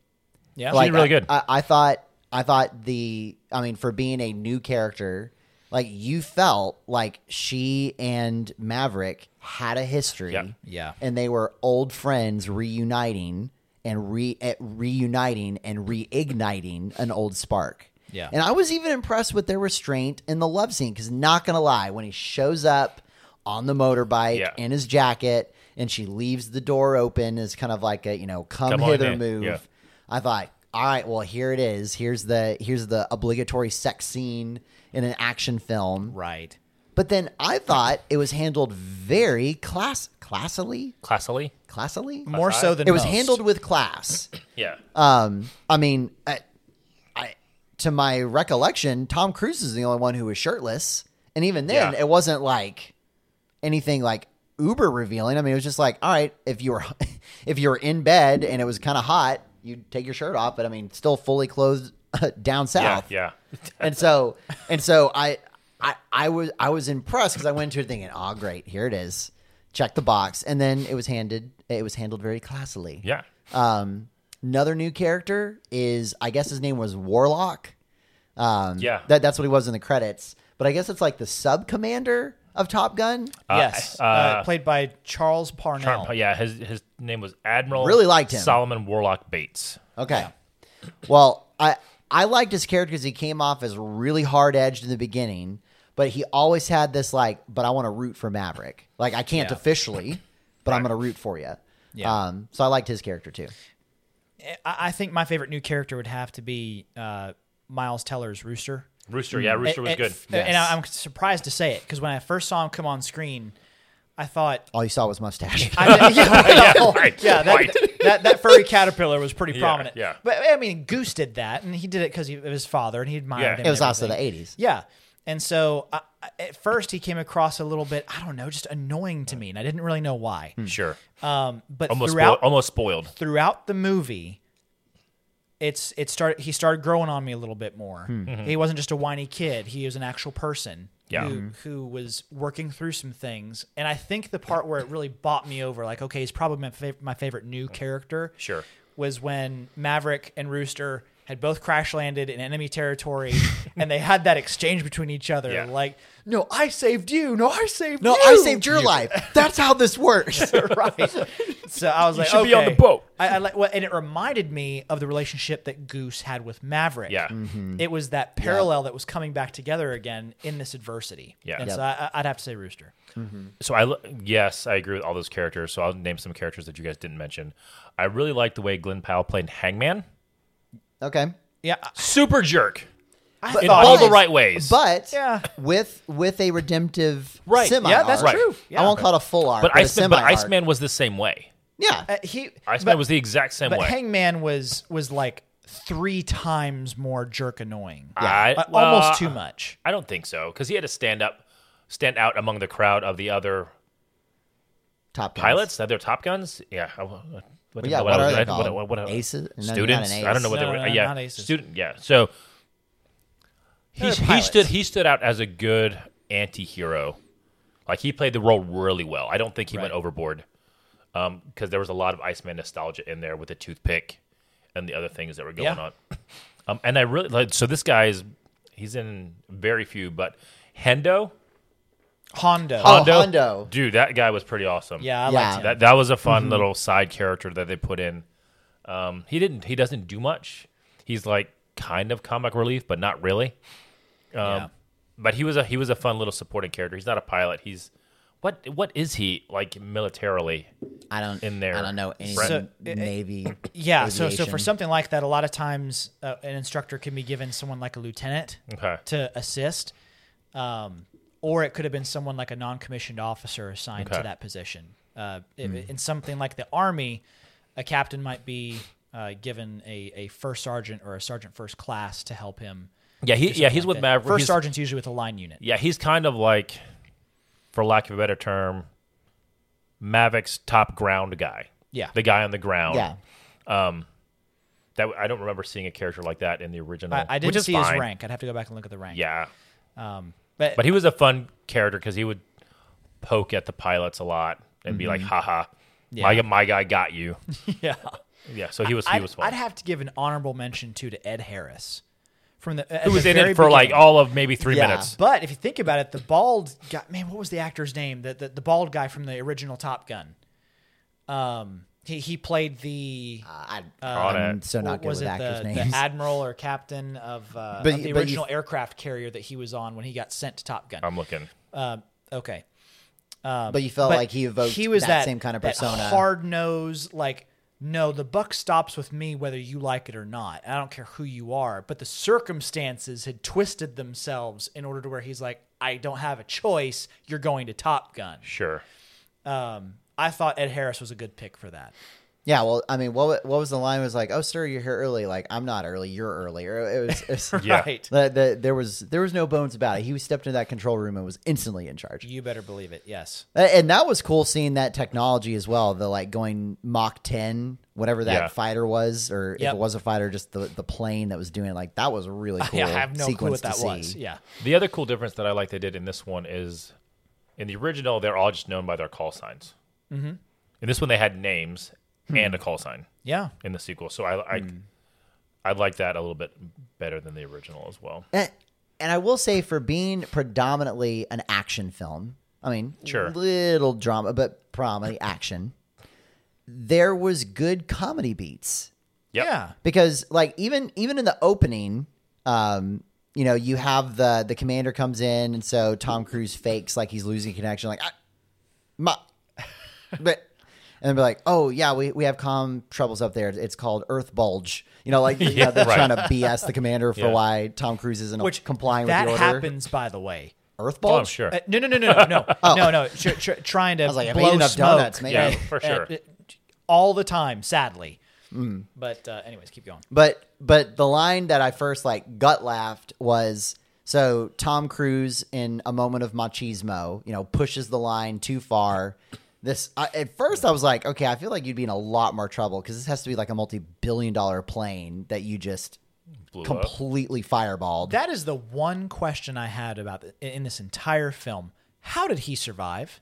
[SPEAKER 4] yeah,
[SPEAKER 3] She did really
[SPEAKER 2] I-
[SPEAKER 3] good.
[SPEAKER 2] I, I thought I thought the I mean for being a new character, like you felt like she and Maverick had a history.
[SPEAKER 3] Yeah.
[SPEAKER 4] Yeah.
[SPEAKER 2] And they were old friends reuniting and re eh, reuniting and reigniting an old spark.
[SPEAKER 4] Yeah.
[SPEAKER 2] And I was even impressed with their restraint in the love scene cuz not going to lie, when he shows up on the motorbike
[SPEAKER 3] Yeah.
[SPEAKER 2] in his jacket and she leaves the door open is kind of like a, you know, come,
[SPEAKER 3] Come on
[SPEAKER 2] hither
[SPEAKER 3] in.
[SPEAKER 2] move.
[SPEAKER 3] Yeah.
[SPEAKER 2] I thought, all right, well, here it is. Here's the here's the obligatory sex scene in an action film.
[SPEAKER 4] right.
[SPEAKER 2] But then I thought it was handled very class classily,
[SPEAKER 3] Classily?
[SPEAKER 2] classily.
[SPEAKER 4] More so than
[SPEAKER 2] it was
[SPEAKER 4] most.
[SPEAKER 2] handled with class.
[SPEAKER 3] Yeah.
[SPEAKER 2] Um, I mean, I, I, to my recollection, Tom Cruise is the only one who was shirtless, and even then,
[SPEAKER 3] Yeah.
[SPEAKER 2] it wasn't like anything like uber revealing. I mean, it was just like, all right, if you were if you were in bed and it was kind of hot, you'd take your shirt off, but I mean, still fully clothed down
[SPEAKER 3] yeah.
[SPEAKER 2] south
[SPEAKER 3] Yeah.
[SPEAKER 2] and so and so I I, I was I was impressed because I went to it thinking, oh great, here it is, check the box, and then it was handed it was handled very classily.
[SPEAKER 3] Yeah.
[SPEAKER 2] Um, another new character is I guess his name was Warlock. Um,
[SPEAKER 3] Yeah.
[SPEAKER 2] that, that's what he was in the credits, but I guess it's like the sub commander of Top Gun.
[SPEAKER 4] yes,
[SPEAKER 3] uh,
[SPEAKER 4] uh, played by Charles Parnell.
[SPEAKER 3] Charm- yeah, his his name was Admiral
[SPEAKER 2] Really liked him.
[SPEAKER 3] Solomon Warlock Bates.
[SPEAKER 2] Okay. Well, I I liked his character because he came off as really hard edged in the beginning, but he always had this like, but I want to root for Maverick. Like I can't
[SPEAKER 4] Yeah.
[SPEAKER 2] officially, but I'm going to root for you.
[SPEAKER 4] Yeah.
[SPEAKER 2] Um, so I liked his character too.
[SPEAKER 4] I, I think my favorite new character would have to be uh, Miles Teller's Rooster.
[SPEAKER 3] Rooster, yeah, Rooster was
[SPEAKER 4] And-
[SPEAKER 3] good.
[SPEAKER 4] and- And I, I'm surprised to say it because when I first saw him come on screen, I thought,
[SPEAKER 2] All you saw was mustache.
[SPEAKER 4] I, yeah,
[SPEAKER 3] yeah, right.
[SPEAKER 4] yeah, that,
[SPEAKER 3] right.
[SPEAKER 4] that that furry caterpillar was pretty prominent.
[SPEAKER 3] yeah.
[SPEAKER 4] but I mean, Goose did that, and he did it because of his father, and he admired
[SPEAKER 3] Yeah.
[SPEAKER 4] him.
[SPEAKER 2] it was also the
[SPEAKER 4] eight.
[SPEAKER 2] '80s.
[SPEAKER 4] Yeah. And so I, I- at first he came across a little bit, I don't know, just annoying to me, and I didn't really know why.
[SPEAKER 3] Sure.
[SPEAKER 4] Um, but
[SPEAKER 3] Almost
[SPEAKER 4] throughout
[SPEAKER 3] spoil- almost spoiled.
[SPEAKER 4] throughout the movie, it's it started he started growing on me a little bit more. He wasn't just a whiny kid; he was an actual person
[SPEAKER 3] Yeah.
[SPEAKER 4] who who was working through some things. And I think the part where it really bought me over, like, okay, he's probably my, fav- my favorite new character.
[SPEAKER 3] Sure.
[SPEAKER 4] was when Maverick and Rooster had both crash landed in enemy territory, and they had that exchange between each other,
[SPEAKER 3] Yeah.
[SPEAKER 4] like, "No, I saved you. No, I saved
[SPEAKER 2] No,
[SPEAKER 4] you.
[SPEAKER 2] I saved your life. That's how this works.
[SPEAKER 4] right. So I was like,
[SPEAKER 3] should be on
[SPEAKER 4] okay.
[SPEAKER 3] the boat.
[SPEAKER 4] I, I like, well, and it reminded me of the relationship that Goose had with Maverick.
[SPEAKER 3] Yeah.
[SPEAKER 4] it was that parallel that was coming back together again in this adversity.
[SPEAKER 3] Yeah.
[SPEAKER 4] and
[SPEAKER 3] Yep.
[SPEAKER 4] so I, I- I'd have to say Rooster.
[SPEAKER 3] So I l- yes, I agree with all those characters. So I'll name some characters that you guys didn't mention. I really liked the way Glenn Powell played Hangman.
[SPEAKER 2] Okay.
[SPEAKER 4] Yeah, I,
[SPEAKER 3] Super jerk
[SPEAKER 4] I
[SPEAKER 3] in
[SPEAKER 4] thought
[SPEAKER 3] all
[SPEAKER 4] he-
[SPEAKER 3] the right ways.
[SPEAKER 2] But
[SPEAKER 4] Yeah.
[SPEAKER 2] with with a redemptive
[SPEAKER 4] Right. Yeah,
[SPEAKER 2] semi
[SPEAKER 4] that's
[SPEAKER 3] Right. true.
[SPEAKER 4] Yeah.
[SPEAKER 2] I won't call it a full arc, but,
[SPEAKER 3] but,
[SPEAKER 2] a
[SPEAKER 3] Iceman, but
[SPEAKER 2] semi-arc.
[SPEAKER 3] Iceman was the same way.
[SPEAKER 2] yeah,
[SPEAKER 4] uh, he
[SPEAKER 3] Iceman
[SPEAKER 4] but-
[SPEAKER 3] was the exact same
[SPEAKER 4] but
[SPEAKER 3] way.
[SPEAKER 4] Hangman was was like three times more jerk annoying.
[SPEAKER 3] I, uh,
[SPEAKER 4] Like,
[SPEAKER 3] well,
[SPEAKER 4] almost too much.
[SPEAKER 3] I don't think so because he had to stand up, stand out among the crowd of the other
[SPEAKER 2] top Guns.
[SPEAKER 3] pilots, other Top Guns. Yeah. I- What,
[SPEAKER 2] Well, yeah,
[SPEAKER 3] what
[SPEAKER 2] what
[SPEAKER 3] I
[SPEAKER 2] are
[SPEAKER 3] was-
[SPEAKER 2] they
[SPEAKER 3] I- what-
[SPEAKER 2] called?
[SPEAKER 3] what- what-
[SPEAKER 2] Aces? No,
[SPEAKER 3] students.
[SPEAKER 2] not an
[SPEAKER 3] I don't know what
[SPEAKER 4] ace.
[SPEAKER 3] they were.
[SPEAKER 4] No,
[SPEAKER 3] uh,
[SPEAKER 4] no,
[SPEAKER 3] yeah,
[SPEAKER 4] not aces.
[SPEAKER 3] student. Yeah. So he
[SPEAKER 4] They're
[SPEAKER 3] he
[SPEAKER 4] pilots.
[SPEAKER 3] stood he stood out as a good anti-hero. Like he played the role really well. I don't think he went overboard because there was a lot of Iceman nostalgia in there with the toothpick and the other things that were going
[SPEAKER 4] Yeah.
[SPEAKER 3] on. Um, and I really like so this guy is he's in very few, but Hendo
[SPEAKER 4] Hondo.
[SPEAKER 2] Oh, Hondo.
[SPEAKER 3] dude, that guy was pretty awesome.
[SPEAKER 4] yeah, Mm-hmm. I
[SPEAKER 2] Yeah.
[SPEAKER 4] liked him.
[SPEAKER 3] That that was a fun little side character that they put in. Um, he didn't. He doesn't do much. He's like kind of comic relief, but not really. Um,
[SPEAKER 4] Yeah.
[SPEAKER 3] but he was a he was a fun little supporting character. He's not a pilot. He's what what is he like militarily?
[SPEAKER 2] I don't
[SPEAKER 3] In there.
[SPEAKER 2] I don't know any
[SPEAKER 3] Right.
[SPEAKER 4] So, it-
[SPEAKER 2] navy.
[SPEAKER 4] Yeah, so so for
[SPEAKER 2] aviation.
[SPEAKER 4] something like that, a lot of times uh, an instructor can be given someone like a lieutenant
[SPEAKER 3] Okay.
[SPEAKER 4] to assist, um, or it could have been someone like a non-commissioned officer assigned
[SPEAKER 3] Okay. Hmm.
[SPEAKER 4] to that position. Uh, if- In something like the army, a captain might be uh, given a, a first sergeant or a sergeant first class to help him.
[SPEAKER 3] Yeah, he yeah he's
[SPEAKER 4] Like
[SPEAKER 3] with
[SPEAKER 4] that.
[SPEAKER 3] Maverick.
[SPEAKER 4] First
[SPEAKER 3] He's-
[SPEAKER 4] sergeant's usually with a line unit.
[SPEAKER 3] Yeah, he's kind of like, for lack of a better term, Maverick's top ground guy.
[SPEAKER 4] Yeah.
[SPEAKER 3] the guy on the ground.
[SPEAKER 2] yeah,
[SPEAKER 3] that I don't remember seeing a character like that in the original.
[SPEAKER 4] I, I
[SPEAKER 3] which
[SPEAKER 4] didn't
[SPEAKER 3] is
[SPEAKER 4] see
[SPEAKER 3] fine.
[SPEAKER 4] his rank. I'd have to go back and look at the rank.
[SPEAKER 3] Yeah,
[SPEAKER 4] but,
[SPEAKER 3] but he was a fun character because he would poke at the pilots a lot and be like, "Haha, my
[SPEAKER 4] Yeah.
[SPEAKER 3] my guy got you."
[SPEAKER 4] yeah.
[SPEAKER 3] Mm-hmm. yeah, so he was he
[SPEAKER 4] I'd,
[SPEAKER 3] was fun.
[SPEAKER 4] I'd have to give an honorable mention too to Ed Harris from the
[SPEAKER 3] Who was in it for like all of maybe three
[SPEAKER 2] Yeah.
[SPEAKER 3] minutes?
[SPEAKER 4] But if you think about it, the bald guy, man, what was the actor's name? The the, the bald guy from the original Top Gun. Um, he he played the
[SPEAKER 2] I,
[SPEAKER 3] Got
[SPEAKER 2] I'm
[SPEAKER 3] it.
[SPEAKER 2] so not good
[SPEAKER 4] was
[SPEAKER 2] with
[SPEAKER 4] it
[SPEAKER 2] actors'
[SPEAKER 4] the,
[SPEAKER 2] names.
[SPEAKER 4] the admiral or captain of, uh,
[SPEAKER 2] But
[SPEAKER 4] of
[SPEAKER 2] you-
[SPEAKER 4] the
[SPEAKER 2] but you-
[SPEAKER 4] original aircraft carrier that he was on when he got sent to Top Gun.
[SPEAKER 3] I'm looking.
[SPEAKER 4] Um, okay,
[SPEAKER 2] but you felt
[SPEAKER 4] But
[SPEAKER 2] like he evoked
[SPEAKER 4] was
[SPEAKER 2] that, same kind of persona.
[SPEAKER 4] hard nose, like no, the buck stops with me whether you like it or not. I don't care who you are, but the circumstances had twisted themselves in order to where he's like, I don't have a choice. You're going to Top Gun.
[SPEAKER 3] Sure.
[SPEAKER 4] Um, I thought Ed Harris was a good pick for that.
[SPEAKER 2] yeah, well, I mean, what what was the line? It was like, "Oh, sir, you're here early." Like, I'm not early. You're early. Or It was. It was
[SPEAKER 3] Yeah.
[SPEAKER 4] Right.
[SPEAKER 2] the, the, there was there was no bones about it. He stepped into that control room and was instantly in charge.
[SPEAKER 4] You better believe it. Yes.
[SPEAKER 2] Uh, And that was cool seeing that technology as well. The like going Mach 10, whatever that
[SPEAKER 3] Yeah.
[SPEAKER 2] fighter was, or if
[SPEAKER 4] Yep.
[SPEAKER 2] it was a fighter, just the, the plane that was doing it. Like that was a really cool.
[SPEAKER 4] Yeah, I have no clue
[SPEAKER 2] sequence
[SPEAKER 4] what that
[SPEAKER 2] to see.
[SPEAKER 4] was. Yeah.
[SPEAKER 3] The other cool difference that I like they did in this one is in the original, they're all just known by their call signs. Mm-hmm. In this one, they had names
[SPEAKER 4] Hmm.
[SPEAKER 3] and a call sign
[SPEAKER 4] Yeah.
[SPEAKER 3] in the sequel. So I, I,
[SPEAKER 4] Hmm.
[SPEAKER 3] I like that a little bit better than the original as well.
[SPEAKER 2] And, and I will say, for being predominantly an action film, I mean,
[SPEAKER 3] Sure.
[SPEAKER 2] little drama, but predominantly action. There was good comedy beats.
[SPEAKER 3] Yep.
[SPEAKER 4] Yeah.
[SPEAKER 2] because like even even in the opening um you know you have the the commander comes in and so tom cruise fakes like he's losing connection like I, my but and be like oh yeah we, we have comm troubles up there it's called earth bulge you know like you know, they're
[SPEAKER 3] right.
[SPEAKER 2] trying to bs the commander for
[SPEAKER 3] Yeah.
[SPEAKER 2] why tom cruise isn't
[SPEAKER 4] Which
[SPEAKER 2] complying
[SPEAKER 4] that
[SPEAKER 2] with the order
[SPEAKER 4] happens, by the way.
[SPEAKER 2] earth
[SPEAKER 3] Oh, I'm
[SPEAKER 2] bulge
[SPEAKER 3] sure. Oh.
[SPEAKER 4] Uh, no, no, no, no, no, no, no, no. Tr- tr- trying to
[SPEAKER 2] was like, I've
[SPEAKER 4] blow
[SPEAKER 2] eaten up
[SPEAKER 4] smoke.
[SPEAKER 2] donuts, man.
[SPEAKER 3] Yeah, for sure.
[SPEAKER 4] all the time, sadly.
[SPEAKER 2] Mm.
[SPEAKER 4] But uh, anyways, keep going.
[SPEAKER 2] But but the line that I first like gut laughed was so Tom Cruise in a moment of machismo, you know, pushes the line too far. This I, at first I was like, okay, I feel like you'd be in a lot more trouble because this has to be like a multi-billion-dollar plane that you just
[SPEAKER 3] Blew up.
[SPEAKER 2] completely fireballed.
[SPEAKER 4] That is the one question I had about the, in this entire film. How did he survive?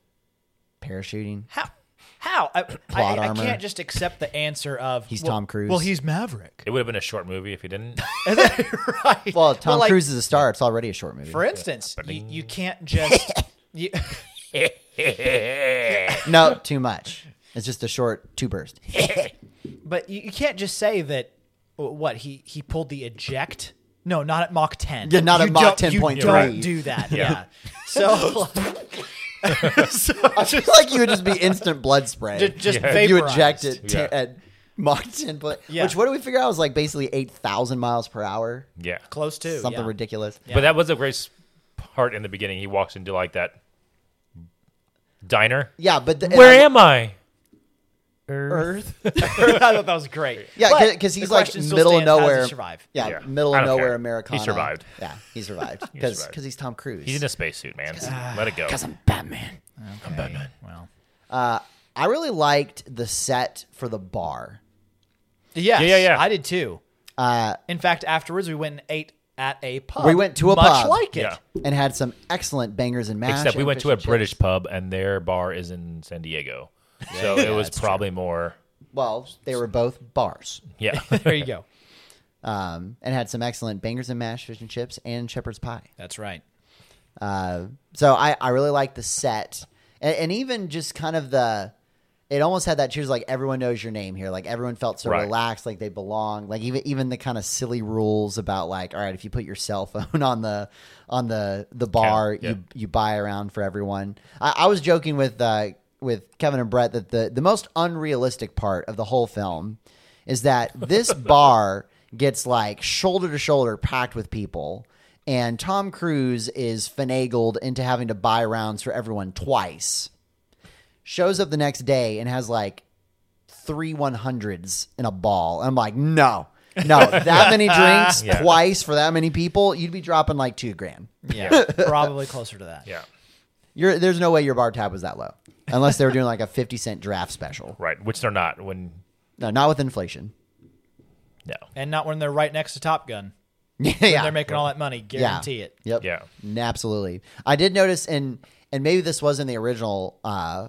[SPEAKER 2] Parachuting.
[SPEAKER 4] How? How? I,
[SPEAKER 2] Plot
[SPEAKER 4] I, I
[SPEAKER 2] armor.
[SPEAKER 4] can't just accept the answer of
[SPEAKER 2] He's
[SPEAKER 4] well-
[SPEAKER 2] Tom Cruise.
[SPEAKER 4] Well, he's Maverick,
[SPEAKER 3] It would have been a short movie if he didn't.
[SPEAKER 4] right?
[SPEAKER 2] Well, Tom
[SPEAKER 4] But, like,
[SPEAKER 2] Cruise is a star. It's already a short movie.
[SPEAKER 4] For instance, you, you can't just. you,
[SPEAKER 2] no, too much. It's just a short two burst.
[SPEAKER 4] But you, you can't just say that. uh, What he he pulled the eject? No, not at Mach ten.
[SPEAKER 2] Yeah, not
[SPEAKER 4] You
[SPEAKER 2] at Mach
[SPEAKER 4] don't-
[SPEAKER 2] 10.3.
[SPEAKER 4] You don't do that. yeah. So, so
[SPEAKER 2] I feel like you would just be instant blood spray.
[SPEAKER 4] Ju- just
[SPEAKER 3] Yeah.
[SPEAKER 2] If you
[SPEAKER 4] vaporized.
[SPEAKER 2] eject it te-
[SPEAKER 3] Yeah.
[SPEAKER 2] at Mach 10, but,
[SPEAKER 4] Yeah.
[SPEAKER 2] which what do we figure out was like basically 8,000 miles per hour,
[SPEAKER 3] yeah.
[SPEAKER 4] close to
[SPEAKER 2] something
[SPEAKER 4] yeah.
[SPEAKER 2] ridiculous.
[SPEAKER 3] But that was a great s- part in the beginning. He walks into like that diner.
[SPEAKER 2] Yeah, but the,
[SPEAKER 3] Where am I?
[SPEAKER 4] Earth. I thought that was great.
[SPEAKER 2] Yeah,
[SPEAKER 4] But
[SPEAKER 2] because he's
[SPEAKER 4] the
[SPEAKER 2] like
[SPEAKER 4] question still
[SPEAKER 2] middle of
[SPEAKER 4] stands, how does he
[SPEAKER 2] nowhere.
[SPEAKER 4] survive?
[SPEAKER 2] Yeah,
[SPEAKER 3] Yeah.
[SPEAKER 2] middle
[SPEAKER 3] I
[SPEAKER 2] of
[SPEAKER 3] don't
[SPEAKER 2] nowhere
[SPEAKER 3] care.
[SPEAKER 2] Americana.
[SPEAKER 3] He survived.
[SPEAKER 2] Yeah, he survived because
[SPEAKER 3] survived.
[SPEAKER 2] he's Tom Cruise.
[SPEAKER 3] He's in a spacesuit, man. Let it go.
[SPEAKER 2] I'm Batman.
[SPEAKER 4] I'm Batman. Well,
[SPEAKER 2] I really liked the set for the bar.
[SPEAKER 4] yes,
[SPEAKER 3] Yeah, yeah, yeah.
[SPEAKER 4] I did too.
[SPEAKER 2] Uh,
[SPEAKER 4] In fact, afterwards we went and ate at a pub.
[SPEAKER 2] We went to a
[SPEAKER 4] much
[SPEAKER 2] pub.
[SPEAKER 4] like it.
[SPEAKER 3] Yeah.
[SPEAKER 2] and had some excellent bangers and mash.
[SPEAKER 3] Except we
[SPEAKER 2] and
[SPEAKER 3] went
[SPEAKER 2] fish
[SPEAKER 3] to a
[SPEAKER 2] and chips.
[SPEAKER 3] British pub, and their bar is in San Diego, so it was probably more.
[SPEAKER 2] Well, they were both bars.
[SPEAKER 3] Yeah,
[SPEAKER 4] There you go.
[SPEAKER 2] Um, and had some excellent bangers and mash, fish and chips, and shepherd's pie.
[SPEAKER 4] That's right.
[SPEAKER 2] Uh, so I, I really like the set and, and even just kind of the it almost had that cheers like everyone knows your name here. Like everyone felt so
[SPEAKER 3] Right.
[SPEAKER 2] relaxed, like they belong. Like even even the kind of silly rules about like, all right, if you put your cell phone on the on the the bar,
[SPEAKER 3] yeah.
[SPEAKER 2] you you buy around for everyone. I, I was joking with uh, with Kevin and Brett that the the most unrealistic part of the whole film is that this bar gets like shoulder to shoulder packed with people. And Tom Cruise is finagled into having to buy rounds for everyone twice shows up the next day and has like three 100s in a ball. And I'm like, no, no, that many drinks
[SPEAKER 3] Yeah.
[SPEAKER 2] twice for that many people, you'd be dropping like two grand.
[SPEAKER 4] Yeah, probably closer to that.
[SPEAKER 3] Yeah.
[SPEAKER 2] You're, there's no way your bar tab was that low unless they were doing like a 50 cent draft special.
[SPEAKER 3] Right. Which they're not when.
[SPEAKER 2] No, not with inflation.
[SPEAKER 3] No.
[SPEAKER 4] And not when they're right next to Top Gun.
[SPEAKER 2] yeah.
[SPEAKER 4] They're making all that money. Guarantee it.
[SPEAKER 2] Yep.
[SPEAKER 3] Yeah.
[SPEAKER 2] N- Absolutely. I did notice, and and maybe this was in the original uh,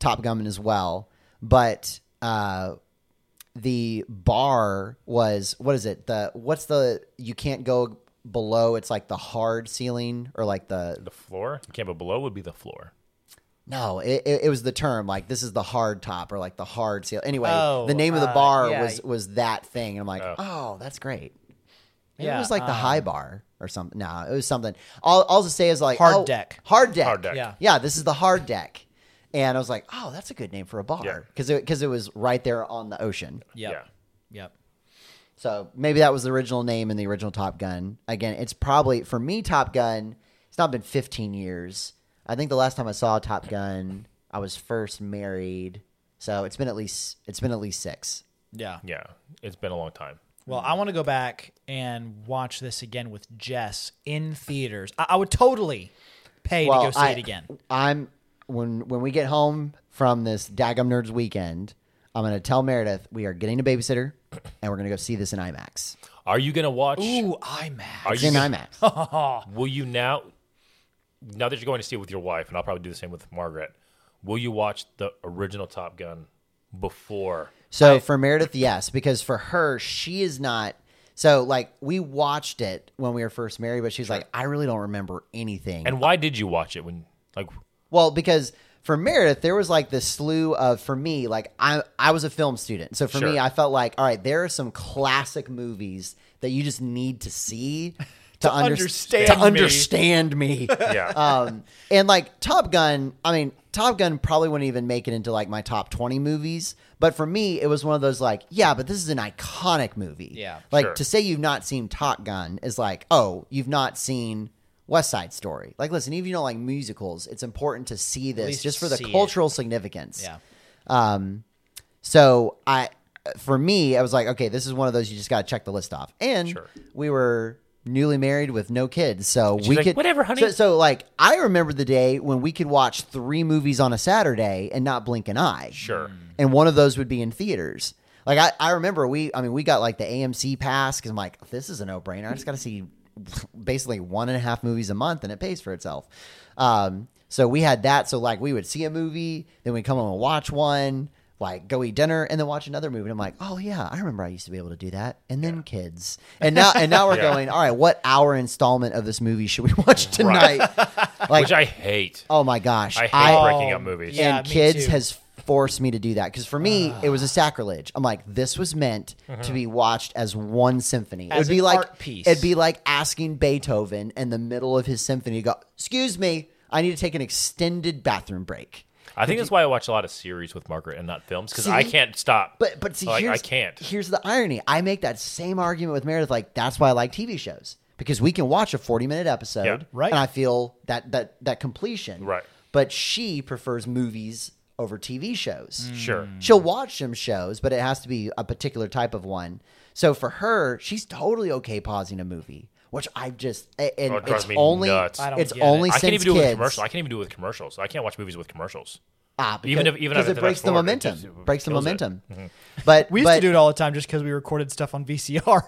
[SPEAKER 2] Top Gun as well, but uh, the bar was what is it? The what's the you can't go below? It's like the hard ceiling or like the
[SPEAKER 3] The floor. You can't, but below would be the floor.
[SPEAKER 2] no, it, it, it was the term like this is the hard top or like the hard seal. Anyway,
[SPEAKER 4] Oh,
[SPEAKER 2] the name of the
[SPEAKER 4] uh,
[SPEAKER 2] bar
[SPEAKER 4] yeah.
[SPEAKER 2] was was that thing, and I'm like, oh, that's great. Maybe it
[SPEAKER 4] Yeah, uh.
[SPEAKER 2] was like the high bar or something. No, it was something. All all to say is like
[SPEAKER 4] Hard
[SPEAKER 2] oh,
[SPEAKER 4] deck.
[SPEAKER 2] hard deck,
[SPEAKER 3] Hard deck.
[SPEAKER 4] Yeah.
[SPEAKER 2] yeah. This is the hard deck, and I was like, oh, that's a good name for a
[SPEAKER 3] Yeah.
[SPEAKER 2] bar because it because it was right there on the ocean.
[SPEAKER 4] Yep.
[SPEAKER 3] Yeah.
[SPEAKER 4] Yep.
[SPEAKER 2] So maybe that was the original name in the original Top Gun. Again, it's probably for me Top Gun. It's not been 15 years. I think the last time I saw Top Gun, I was first married. So it's been at least it's been at least six.
[SPEAKER 4] Yeah.
[SPEAKER 3] Yeah. It's been a long time.
[SPEAKER 4] Well, I want to go back and watch this again with Jess in theaters. I, I would totally pay to go see
[SPEAKER 2] I,
[SPEAKER 4] it again.
[SPEAKER 2] I'm when when we get home from this Dagum Nerds weekend, I'm gonna tell Meredith we are getting a babysitter and we're gonna go see this in IMAX.
[SPEAKER 3] Are you gonna watch?
[SPEAKER 4] Ooh, IMAX.
[SPEAKER 3] Are
[SPEAKER 2] It's
[SPEAKER 3] you?
[SPEAKER 2] in
[SPEAKER 3] Gonna,
[SPEAKER 2] IMAX.
[SPEAKER 3] will you now? Now that you're going to see it with your wife, and I'll probably do the same with Margaret. Will you watch the original Top Gun before?
[SPEAKER 2] So for Meredith, yes, because for her, she is not. So like we watched it when we were first married, but she's like, I really don't remember anything.
[SPEAKER 3] And why did you watch it when? Like,
[SPEAKER 2] Well, because for Meredith, there was like this slew of for me, like I I was a film student. So for me,
[SPEAKER 3] Sure.
[SPEAKER 2] I felt like, all right, there are some classic movies that you just need to see to, under-
[SPEAKER 4] understand
[SPEAKER 2] to
[SPEAKER 4] me.
[SPEAKER 2] understand me.
[SPEAKER 3] yeah,
[SPEAKER 2] um and like Top Gun, I mean, Top Gun probably wouldn't even make it into like my top 20 movies, but for me it was one of those like, yeah, but this is an iconic movie.
[SPEAKER 4] Yeah.
[SPEAKER 2] Like
[SPEAKER 3] Sure.
[SPEAKER 2] to say you've not seen Top Gun is like, oh, you've not seen West Side Story. Like, listen, even if you don't like musicals, it's important to see this
[SPEAKER 4] least
[SPEAKER 2] just for the
[SPEAKER 4] see it.
[SPEAKER 2] cultural significance.
[SPEAKER 4] Yeah.
[SPEAKER 2] Um, so I, for me, I was like, okay, this is one of those you just got to check the list off. And
[SPEAKER 3] Sure.
[SPEAKER 2] we were newly married with no kids, so we
[SPEAKER 3] like,
[SPEAKER 2] could
[SPEAKER 3] "Whatever, honey."
[SPEAKER 2] So, so, like, I remember the day when we could watch three movies on a Saturday and not blink an eye.
[SPEAKER 3] sure.
[SPEAKER 2] And one of those would be in theaters. Like I, I remember we, I mean, we got like the AMC pass because I'm like, this is a no brainer. I just got to see basically one and a half movies a month, and it pays for itself. Um, so we had that. So like we would see a movie, then we'd come home and watch one, like go eat dinner, and then watch another movie. And I'm like, oh yeah, I remember I used to be able to do that. And then kids, and now and now we're
[SPEAKER 3] Yeah.
[SPEAKER 2] going. All right, what hour installment of this movie should we watch tonight? like,
[SPEAKER 3] Which I hate.
[SPEAKER 2] oh my gosh,
[SPEAKER 3] I hate breaking up movies.
[SPEAKER 4] yeah.
[SPEAKER 2] and
[SPEAKER 4] me
[SPEAKER 2] kids
[SPEAKER 4] too. Ah.
[SPEAKER 2] has forced me to do that because for me it was a sacrilege. I'm like, this was meant to be watched as one symphony.
[SPEAKER 4] Mm-hmm. As
[SPEAKER 2] it'd be
[SPEAKER 4] an
[SPEAKER 2] like
[SPEAKER 4] art piece.
[SPEAKER 2] it'd be like asking Beethoven in the middle of his symphony to go, "Excuse me, I need to take an extended bathroom break."
[SPEAKER 3] I think that's why I watch a lot of series with Margaret and not films because I
[SPEAKER 2] See?
[SPEAKER 3] can't stop.
[SPEAKER 2] But but see,
[SPEAKER 3] Like, I
[SPEAKER 2] here's,
[SPEAKER 3] can't.
[SPEAKER 2] Here's the irony. I make that same argument with Meredith. Like that's why I like TV shows because we can watch a 40 minute episode,
[SPEAKER 3] Yeah.
[SPEAKER 4] Right.
[SPEAKER 2] And I feel that that that completion,
[SPEAKER 3] Right.
[SPEAKER 2] But she prefers movies over TV shows.
[SPEAKER 4] Mm.
[SPEAKER 3] sure,
[SPEAKER 2] She'll watch some shows, but it has to be a particular type of one. So for her, she's totally okay pausing a movie, which I just a- and
[SPEAKER 3] Oh, it drives
[SPEAKER 2] it's
[SPEAKER 3] me
[SPEAKER 2] only
[SPEAKER 3] nuts. I
[SPEAKER 4] don't
[SPEAKER 2] it's
[SPEAKER 4] get it.
[SPEAKER 2] only
[SPEAKER 3] I
[SPEAKER 2] since
[SPEAKER 3] can't even do it
[SPEAKER 2] kids.
[SPEAKER 3] with commercials. I can't even do it with commercials. I can't watch movies with commercials.
[SPEAKER 2] Ah, because,
[SPEAKER 3] Even if- even
[SPEAKER 2] because
[SPEAKER 3] if
[SPEAKER 2] it
[SPEAKER 3] it's
[SPEAKER 2] breaks the
[SPEAKER 3] fast forward, it
[SPEAKER 2] momentum,
[SPEAKER 3] just
[SPEAKER 2] breaks the
[SPEAKER 3] kills it. Mm-hmm.
[SPEAKER 2] momentum. But
[SPEAKER 4] We used
[SPEAKER 2] but,
[SPEAKER 4] to do it all the time just because we recorded stuff on VCR.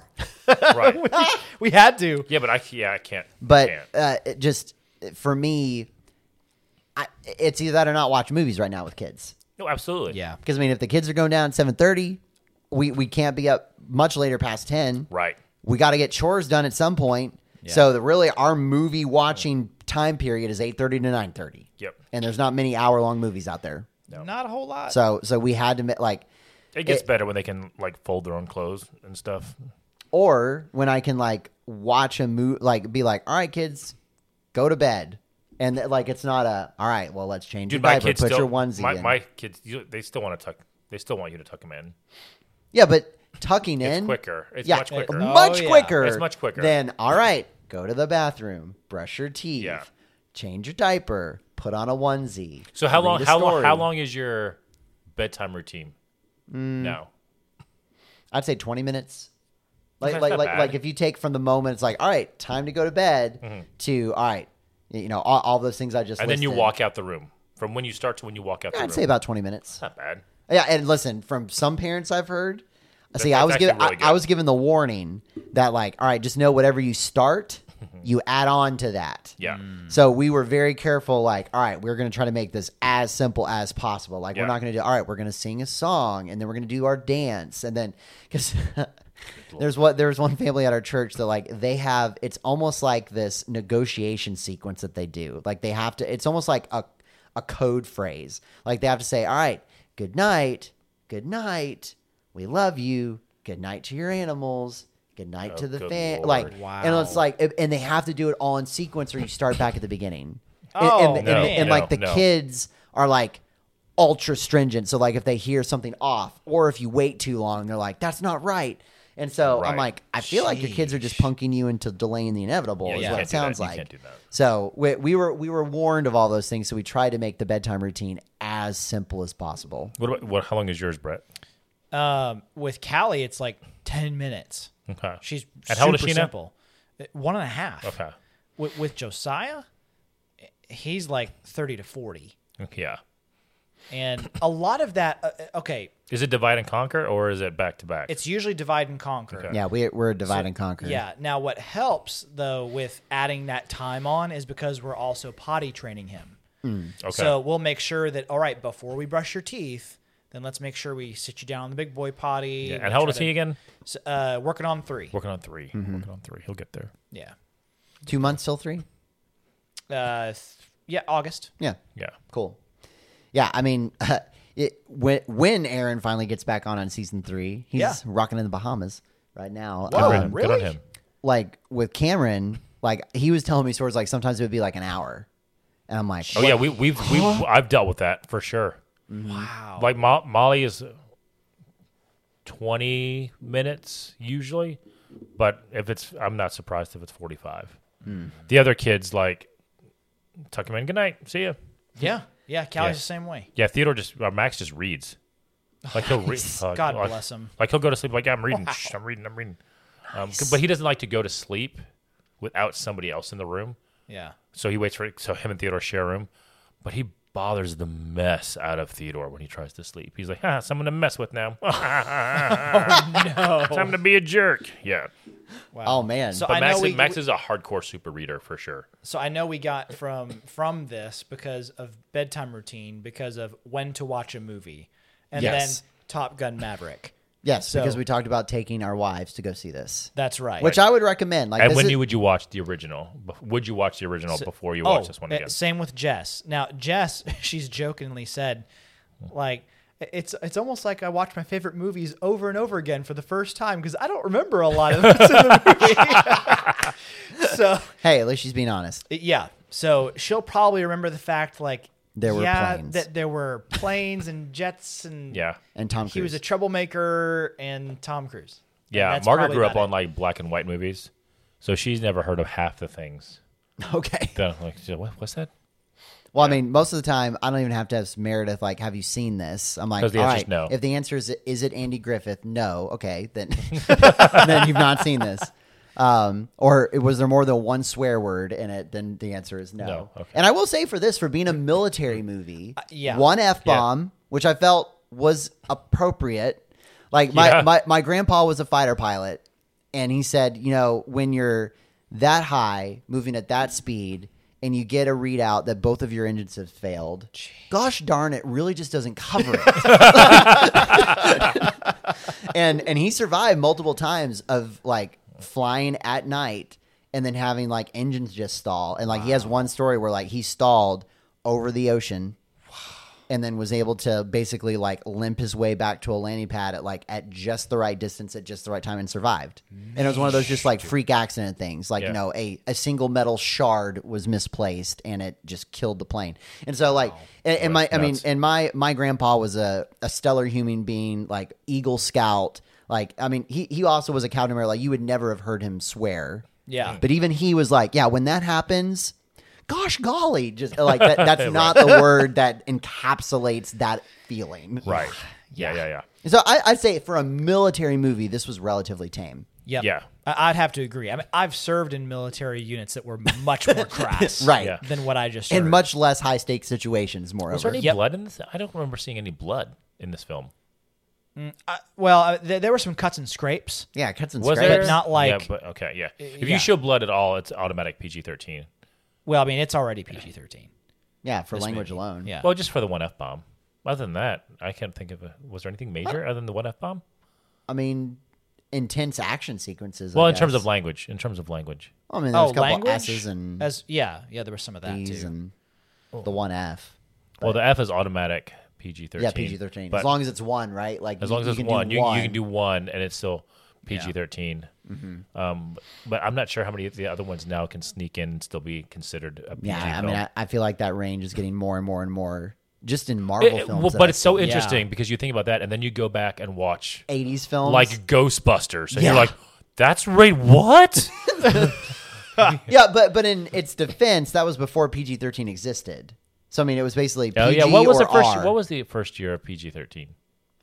[SPEAKER 3] Right?
[SPEAKER 4] we had to.
[SPEAKER 3] yeah, but I yeah I can't.
[SPEAKER 2] but
[SPEAKER 3] can't.
[SPEAKER 2] uh, it just for me, I, it's either that or not watch movies right now with kids.
[SPEAKER 3] no, absolutely.
[SPEAKER 4] Yeah.
[SPEAKER 2] Because I mean, if the kids are going down seven thirty, we we can't be up much later past ten.
[SPEAKER 3] Right.
[SPEAKER 2] We got to get chores done at some point.
[SPEAKER 4] Yeah.
[SPEAKER 2] So the, really, our movie watching time period is eight thirty to nine thirty.
[SPEAKER 3] Yep.
[SPEAKER 2] And there's not many hour long movies out there.
[SPEAKER 4] Not a whole lot.
[SPEAKER 2] So so we had to ma- like
[SPEAKER 3] It gets
[SPEAKER 2] It-
[SPEAKER 3] better when they can like fold their own clothes and stuff.
[SPEAKER 2] or when I can like watch a movie, like be like, all right, kids, go to bed, and th- like it's not a all right. Well, let's change
[SPEAKER 3] Dude,
[SPEAKER 2] your
[SPEAKER 3] my
[SPEAKER 2] diaper,
[SPEAKER 3] kids
[SPEAKER 2] put
[SPEAKER 3] still
[SPEAKER 2] your onesie
[SPEAKER 3] my,
[SPEAKER 2] in.
[SPEAKER 3] my kids you- they still want to tuck they still want you to tuck them in.
[SPEAKER 2] yeah, but tucking
[SPEAKER 3] It's
[SPEAKER 2] in
[SPEAKER 3] quicker. It's
[SPEAKER 2] yeah,
[SPEAKER 3] much quicker.
[SPEAKER 2] much
[SPEAKER 4] Oh, yeah.
[SPEAKER 2] quicker.
[SPEAKER 3] It's much quicker.
[SPEAKER 2] Then all right, go to the bathroom, brush your teeth,
[SPEAKER 3] Yeah.
[SPEAKER 2] change your diaper, put on a onesie.
[SPEAKER 3] So how
[SPEAKER 2] read
[SPEAKER 3] long
[SPEAKER 2] a
[SPEAKER 3] how long
[SPEAKER 2] story.
[SPEAKER 3] how long is your bedtime routine?
[SPEAKER 2] Mm,
[SPEAKER 3] No.
[SPEAKER 2] I'd say 20 minutes. Like
[SPEAKER 3] That's
[SPEAKER 2] like
[SPEAKER 3] not
[SPEAKER 2] like,
[SPEAKER 3] bad. Mm-hmm.
[SPEAKER 2] like if you take from the moment it's like all right, time to go to bed to all right, you know all, all those things I just
[SPEAKER 3] And then you
[SPEAKER 2] listed.
[SPEAKER 3] walk out the room. From when you start to when you walk out the room.
[SPEAKER 2] I'd say about 20 minutes.
[SPEAKER 3] not bad.
[SPEAKER 2] Yeah, and listen, from some parents I've heard, see, I
[SPEAKER 3] that's
[SPEAKER 2] was given
[SPEAKER 3] actually really
[SPEAKER 2] I, I
[SPEAKER 3] good.
[SPEAKER 2] was given the warning that like, all right, just know whatever you start, you add on to that.
[SPEAKER 3] Mm-hmm. Yeah.
[SPEAKER 4] Mm.
[SPEAKER 2] So we were very careful, like, all right, we're going to try to make this as simple as possible. Like,
[SPEAKER 3] Yeah.
[SPEAKER 2] we're not going to do, all right, we're going to sing a song and then we're going to do our dance. And then, because there's what, there's one family at our church that, like, they have, it's almost like this negotiation sequence that they do. Like, they have to, it's almost like a, a code phrase. Like, they have to say, all right, good night, good night, we love you, good night to your animals. Good night to the
[SPEAKER 3] Oh, good
[SPEAKER 2] fan.
[SPEAKER 3] Lord.
[SPEAKER 2] Like, and it's
[SPEAKER 4] Wow.
[SPEAKER 2] like, and- and they have to do it all in sequence, or you start back at the beginning.
[SPEAKER 4] Oh,
[SPEAKER 2] and, and,
[SPEAKER 4] No,
[SPEAKER 2] and, and,
[SPEAKER 3] no,
[SPEAKER 2] like the
[SPEAKER 3] no.
[SPEAKER 2] kids are like ultra stringent. So like if they hear something off, or if you wait too long, they're like, "That's not right." And so I'm
[SPEAKER 3] Right.
[SPEAKER 2] like, I feel like your kids are just punking you into delaying the inevitable.
[SPEAKER 3] Yeah,
[SPEAKER 2] is
[SPEAKER 3] you
[SPEAKER 2] what it
[SPEAKER 3] can't do that.
[SPEAKER 2] sounds
[SPEAKER 3] You
[SPEAKER 2] like.
[SPEAKER 3] can't do that.
[SPEAKER 2] So we, we were we were warned of all those things. So we tried to make the bedtime routine as simple as possible.
[SPEAKER 3] What about what how long is yours, Brett?
[SPEAKER 4] Um, with Callie, it's like ten minutes.
[SPEAKER 3] Okay.
[SPEAKER 4] She's
[SPEAKER 3] And
[SPEAKER 4] super
[SPEAKER 3] how old is she now?
[SPEAKER 4] simple. Uh, One and a half.
[SPEAKER 3] Okay.
[SPEAKER 4] With, with Josiah, he's like thirty to forty,
[SPEAKER 3] Yeah.
[SPEAKER 4] and a lot of that. Uh, okay,
[SPEAKER 3] Is it divide and conquer or is it back to back?
[SPEAKER 4] it's usually divide and conquer.
[SPEAKER 3] Okay.
[SPEAKER 2] Yeah, we we're divide and conquer.
[SPEAKER 4] Yeah. Now, what helps though with adding that time on is because we're also potty training him.
[SPEAKER 3] okay.
[SPEAKER 4] So we'll make sure that all right before we brush your teeth, then let's make sure we sit you down on the big boy potty.
[SPEAKER 3] yeah. And how old
[SPEAKER 4] Try
[SPEAKER 3] is he
[SPEAKER 4] to-
[SPEAKER 3] again?
[SPEAKER 4] S- Uh, working on three.
[SPEAKER 3] Working on 3
[SPEAKER 2] Mm-hmm.
[SPEAKER 3] Working on three. He'll get there.
[SPEAKER 4] Yeah.
[SPEAKER 2] two months till three.
[SPEAKER 4] Uh, th- yeah, August.
[SPEAKER 2] Yeah.
[SPEAKER 3] Yeah.
[SPEAKER 2] Cool. Yeah, I mean, it, when when Aaron finally gets back on on season three, he's
[SPEAKER 4] Yeah.
[SPEAKER 2] rocking in the Bahamas right now.
[SPEAKER 4] Whoa,
[SPEAKER 3] Good on
[SPEAKER 2] Um,
[SPEAKER 3] him. Good
[SPEAKER 4] really?
[SPEAKER 3] on him.
[SPEAKER 2] Like with Cameron, like he was telling me stories. Like sometimes it would be like an hour, and I'm like,
[SPEAKER 3] Oh yeah, we we've we have I've dealt with that for sure.
[SPEAKER 4] Wow.
[SPEAKER 3] Like Mo- Molly is twenty minutes usually, but if it's I'm not surprised if it's forty five. The other kids like tuck him in. Good night. See ya.
[SPEAKER 4] yeah. Yeah. Callie's
[SPEAKER 3] Yeah.
[SPEAKER 4] the same way.
[SPEAKER 3] Yeah, Theodore just uh, Max just reads. Like he'll read. uh,
[SPEAKER 4] God
[SPEAKER 3] like-
[SPEAKER 4] bless him.
[SPEAKER 3] Like he'll go to sleep. Like yeah, I'm reading. Shh, I'm reading. I'm reading. Um, But he doesn't like to go to sleep without somebody else in the room.
[SPEAKER 4] Yeah.
[SPEAKER 3] So he waits for so him and Theodore share a room, but he bothers the mess out of Theodore when he tries to sleep. He's like, "Ah, someone to mess with now.
[SPEAKER 4] Oh,
[SPEAKER 3] Time to be a jerk." Yeah,
[SPEAKER 4] Wow.
[SPEAKER 2] oh man,
[SPEAKER 4] So
[SPEAKER 3] but
[SPEAKER 4] I
[SPEAKER 3] Max,
[SPEAKER 4] know we,
[SPEAKER 3] Max is a hardcore super reader for sure.
[SPEAKER 4] so I know we got from from this because of bedtime routine because of when to watch a movie, and
[SPEAKER 2] Yes.
[SPEAKER 4] then Top Gun Maverick.
[SPEAKER 2] yes,
[SPEAKER 4] so-
[SPEAKER 2] because we talked about taking our wives to go see this,
[SPEAKER 4] That's right.
[SPEAKER 2] which I would recommend. Like,
[SPEAKER 3] And
[SPEAKER 2] this
[SPEAKER 3] when
[SPEAKER 2] is-
[SPEAKER 3] you would you watch the original? Bef- Would you watch the original before you
[SPEAKER 2] Oh.
[SPEAKER 3] watch this one
[SPEAKER 4] uh,
[SPEAKER 3] again?
[SPEAKER 4] Same with Jess. Now Jess, she's jokingly said, like. It's it's almost like I watch my favorite movies over and over again for the first time because I don't remember a lot of what's in the movie. so
[SPEAKER 2] hey, at least she's being honest.
[SPEAKER 4] Yeah. So she'll probably remember the fact like
[SPEAKER 2] There were
[SPEAKER 4] yeah,
[SPEAKER 2] planes.
[SPEAKER 4] that there were planes and jets and
[SPEAKER 3] yeah,
[SPEAKER 2] And Tom
[SPEAKER 4] he
[SPEAKER 2] Cruise,
[SPEAKER 4] was a troublemaker and Tom Cruise. And
[SPEAKER 3] yeah.
[SPEAKER 4] that's
[SPEAKER 3] Margaret
[SPEAKER 4] probably
[SPEAKER 3] grew up
[SPEAKER 4] about
[SPEAKER 3] on like black and white movies, so she's never heard of half the things.
[SPEAKER 2] okay.
[SPEAKER 3] That, like, she's like, what, what's that?
[SPEAKER 2] Well, I mean, most of the time, I don't even have to ask Meredith, like, have you seen this? I'm like,
[SPEAKER 3] 'Cause the
[SPEAKER 2] all
[SPEAKER 3] answer's
[SPEAKER 2] right,
[SPEAKER 3] no.
[SPEAKER 2] If the answer is, is it Andy Griffith? No. Okay. Then, then you've not seen this. Um, or was there more than one swear word in it? Then the answer is no.
[SPEAKER 3] No, okay. Uh,
[SPEAKER 2] And I will say for this, for being a military movie,
[SPEAKER 4] yeah.
[SPEAKER 2] one F bomb, which I felt was appropriate. Like, my,
[SPEAKER 3] Yeah.
[SPEAKER 2] my, my grandpa was a fighter pilot, and he said, you know, when you're that high, moving at that speed, and you get a readout that both of your engines have failed, gosh darn it, really just doesn't cover it. and and he survived multiple times of like flying at night and then having like engines just stall. And like he has one story where like he stalled over the ocean and then was able to basically like limp his way back to a landing pad at like at just the right distance at just the right time and survived. And it was one of those just like freak accident things. Like,
[SPEAKER 3] Yeah.
[SPEAKER 2] you know, a, a single metal shard was misplaced and it just killed the plane. And so like and, and my I mean
[SPEAKER 3] nuts.
[SPEAKER 2] and my my grandpa was a, a stellar human being, like Eagle Scout. Like I mean he he also was a Cowden member, like you would never have heard him swear.
[SPEAKER 4] Yeah.
[SPEAKER 2] But even he was like, yeah, when that happens, gosh golly, just uh, like that, that's not the word that encapsulates that feeling.
[SPEAKER 3] Right. Yeah, yeah, yeah.
[SPEAKER 2] So I, I'd say for a military movie, this was relatively tame.
[SPEAKER 4] Yep.
[SPEAKER 3] Yeah.
[SPEAKER 4] I- I'd have to agree. I mean, I've served in military units that were much more crass,
[SPEAKER 2] Right.
[SPEAKER 3] Yeah.
[SPEAKER 4] than what I just.
[SPEAKER 2] And
[SPEAKER 4] heard.
[SPEAKER 2] much less high stakes situations,
[SPEAKER 3] Was there
[SPEAKER 2] moreover.
[SPEAKER 3] any
[SPEAKER 4] Yep.
[SPEAKER 3] blood in this? I don't remember seeing any blood in this film.
[SPEAKER 4] I- well, I- th- there were some cuts and scrapes.
[SPEAKER 2] Yeah, cuts and
[SPEAKER 3] Was
[SPEAKER 2] scrapes.
[SPEAKER 3] there?
[SPEAKER 4] But not like-
[SPEAKER 3] Yeah, but okay, yeah. If
[SPEAKER 4] yeah.
[SPEAKER 3] you show blood at all, it's automatic PG thirteen.
[SPEAKER 4] Well, I mean, it's already PG thirteen.
[SPEAKER 2] Yeah, for language alone.
[SPEAKER 4] Yeah.
[SPEAKER 3] Well, just for the one f bomb. Other than that, I can't think of. A, was there anything major other than the one f bomb?
[SPEAKER 2] I mean, intense action sequences. I
[SPEAKER 3] Well, in terms
[SPEAKER 2] guess.
[SPEAKER 3] of language, in terms of language,
[SPEAKER 2] I mean,
[SPEAKER 4] oh,
[SPEAKER 2] there's a couple
[SPEAKER 4] language
[SPEAKER 2] S's and
[SPEAKER 4] as yeah, yeah. There was some of that
[SPEAKER 2] D's
[SPEAKER 4] too.
[SPEAKER 2] and the one F.
[SPEAKER 3] well, the F is automatic PG thirteen.
[SPEAKER 2] Yeah, PG 13.
[SPEAKER 3] But
[SPEAKER 2] As long as it's one, right? Like,
[SPEAKER 3] as
[SPEAKER 2] you-
[SPEAKER 3] long as
[SPEAKER 2] you
[SPEAKER 3] it's
[SPEAKER 2] can do
[SPEAKER 3] one, you, you can do one, and it's still PG 13
[SPEAKER 2] Mm-hmm.
[SPEAKER 3] Um, but I'm not sure how many of the other ones now can sneak in and still be considered a PG
[SPEAKER 2] Yeah, I
[SPEAKER 3] film.
[SPEAKER 2] mean, I, I feel like that range is getting more and more and more just in
[SPEAKER 3] It-
[SPEAKER 2] Marvel
[SPEAKER 3] it-
[SPEAKER 2] films.
[SPEAKER 3] well,
[SPEAKER 2] that
[SPEAKER 3] but
[SPEAKER 2] I
[SPEAKER 3] it's so
[SPEAKER 2] see.
[SPEAKER 3] interesting because you think about that, and then you go back and watch
[SPEAKER 2] 80s films.
[SPEAKER 3] like Ghostbusters, and
[SPEAKER 2] Yeah.
[SPEAKER 3] you're like, "That's right, what?"
[SPEAKER 2] yeah, but but in its defense, that was before PG 13 existed. So, I mean, it was basically PG
[SPEAKER 3] oh yeah, what was
[SPEAKER 2] or
[SPEAKER 3] the first?
[SPEAKER 2] R.
[SPEAKER 3] What was the first year of PG thirteen?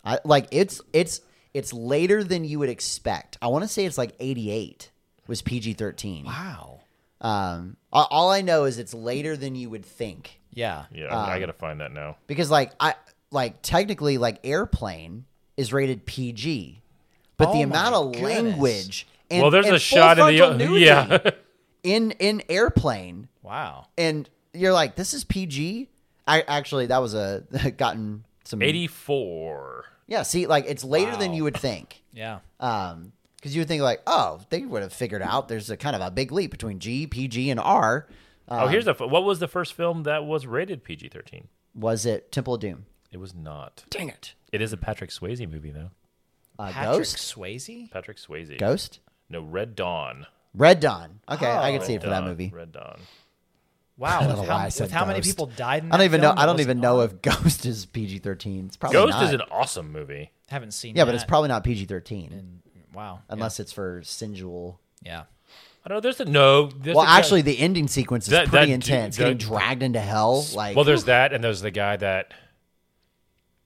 [SPEAKER 2] I, like, it's, it's, it's later than you would expect. I want to say it's like 88 was PG 13.
[SPEAKER 4] Wow.
[SPEAKER 2] Um, all, all I know is it's later than you would think.
[SPEAKER 4] Yeah.
[SPEAKER 3] Yeah,
[SPEAKER 2] Um,
[SPEAKER 3] I gotta find that now.
[SPEAKER 2] because like I like technically like airplane is rated PG, but the
[SPEAKER 4] Oh
[SPEAKER 2] amount
[SPEAKER 4] my
[SPEAKER 2] of
[SPEAKER 4] goodness.
[SPEAKER 2] language and
[SPEAKER 3] well, there's
[SPEAKER 2] and
[SPEAKER 3] a shot in
[SPEAKER 2] full
[SPEAKER 3] the
[SPEAKER 2] frontal nudity
[SPEAKER 3] yeah.
[SPEAKER 2] in in airplane,
[SPEAKER 4] Wow.
[SPEAKER 2] and you're like, this is PG. I actually that was a gotten some
[SPEAKER 3] 84.
[SPEAKER 2] yeah. See, like it's later than
[SPEAKER 4] Wow.
[SPEAKER 2] you would think.
[SPEAKER 4] Yeah.
[SPEAKER 2] Um, because you would think like, oh, they would have figured out there's a kind of a big leap between G, PG, and R. Uh,
[SPEAKER 3] oh, here's the. f- What was the first film that was rated PG 13?
[SPEAKER 2] was it Temple of Doom?
[SPEAKER 3] It was not.
[SPEAKER 2] Dang it!
[SPEAKER 3] It is a Patrick Swayze movie, though.
[SPEAKER 2] Uh,
[SPEAKER 4] Patrick
[SPEAKER 2] Ghost,
[SPEAKER 4] Swayze.
[SPEAKER 3] Patrick Swayze.
[SPEAKER 2] Ghost,
[SPEAKER 3] No, Red Dawn.
[SPEAKER 2] Red Dawn. Okay, I
[SPEAKER 4] Oh.
[SPEAKER 2] can see it for that
[SPEAKER 3] Dawn,
[SPEAKER 2] movie.
[SPEAKER 3] Red Dawn.
[SPEAKER 4] Wow.
[SPEAKER 2] don't know
[SPEAKER 4] with how,
[SPEAKER 2] why I
[SPEAKER 4] with
[SPEAKER 2] said
[SPEAKER 4] how many
[SPEAKER 2] Ghost.
[SPEAKER 4] people died in Mm, that
[SPEAKER 2] I don't even know.
[SPEAKER 4] film
[SPEAKER 2] I
[SPEAKER 4] that
[SPEAKER 2] don't even
[SPEAKER 4] wasn't
[SPEAKER 2] know
[SPEAKER 4] on?
[SPEAKER 2] if Ghost is PG thirteen. It's probably
[SPEAKER 3] Ghost
[SPEAKER 2] not.
[SPEAKER 3] is an awesome movie.
[SPEAKER 4] Haven't seen.
[SPEAKER 2] yeah, but it's
[SPEAKER 4] that.
[SPEAKER 2] probably not PG thirteen
[SPEAKER 4] wow.
[SPEAKER 2] unless it's for sensual.
[SPEAKER 4] Yeah.
[SPEAKER 3] I don't know. There's a no. There's
[SPEAKER 2] well,
[SPEAKER 3] a guy-
[SPEAKER 2] actually, the ending sequence is
[SPEAKER 3] That-
[SPEAKER 2] pretty
[SPEAKER 3] that
[SPEAKER 2] intense.
[SPEAKER 3] dude-
[SPEAKER 2] Getting
[SPEAKER 3] that-
[SPEAKER 2] dragged into hell. Like,
[SPEAKER 3] well, there's that, and there's the guy that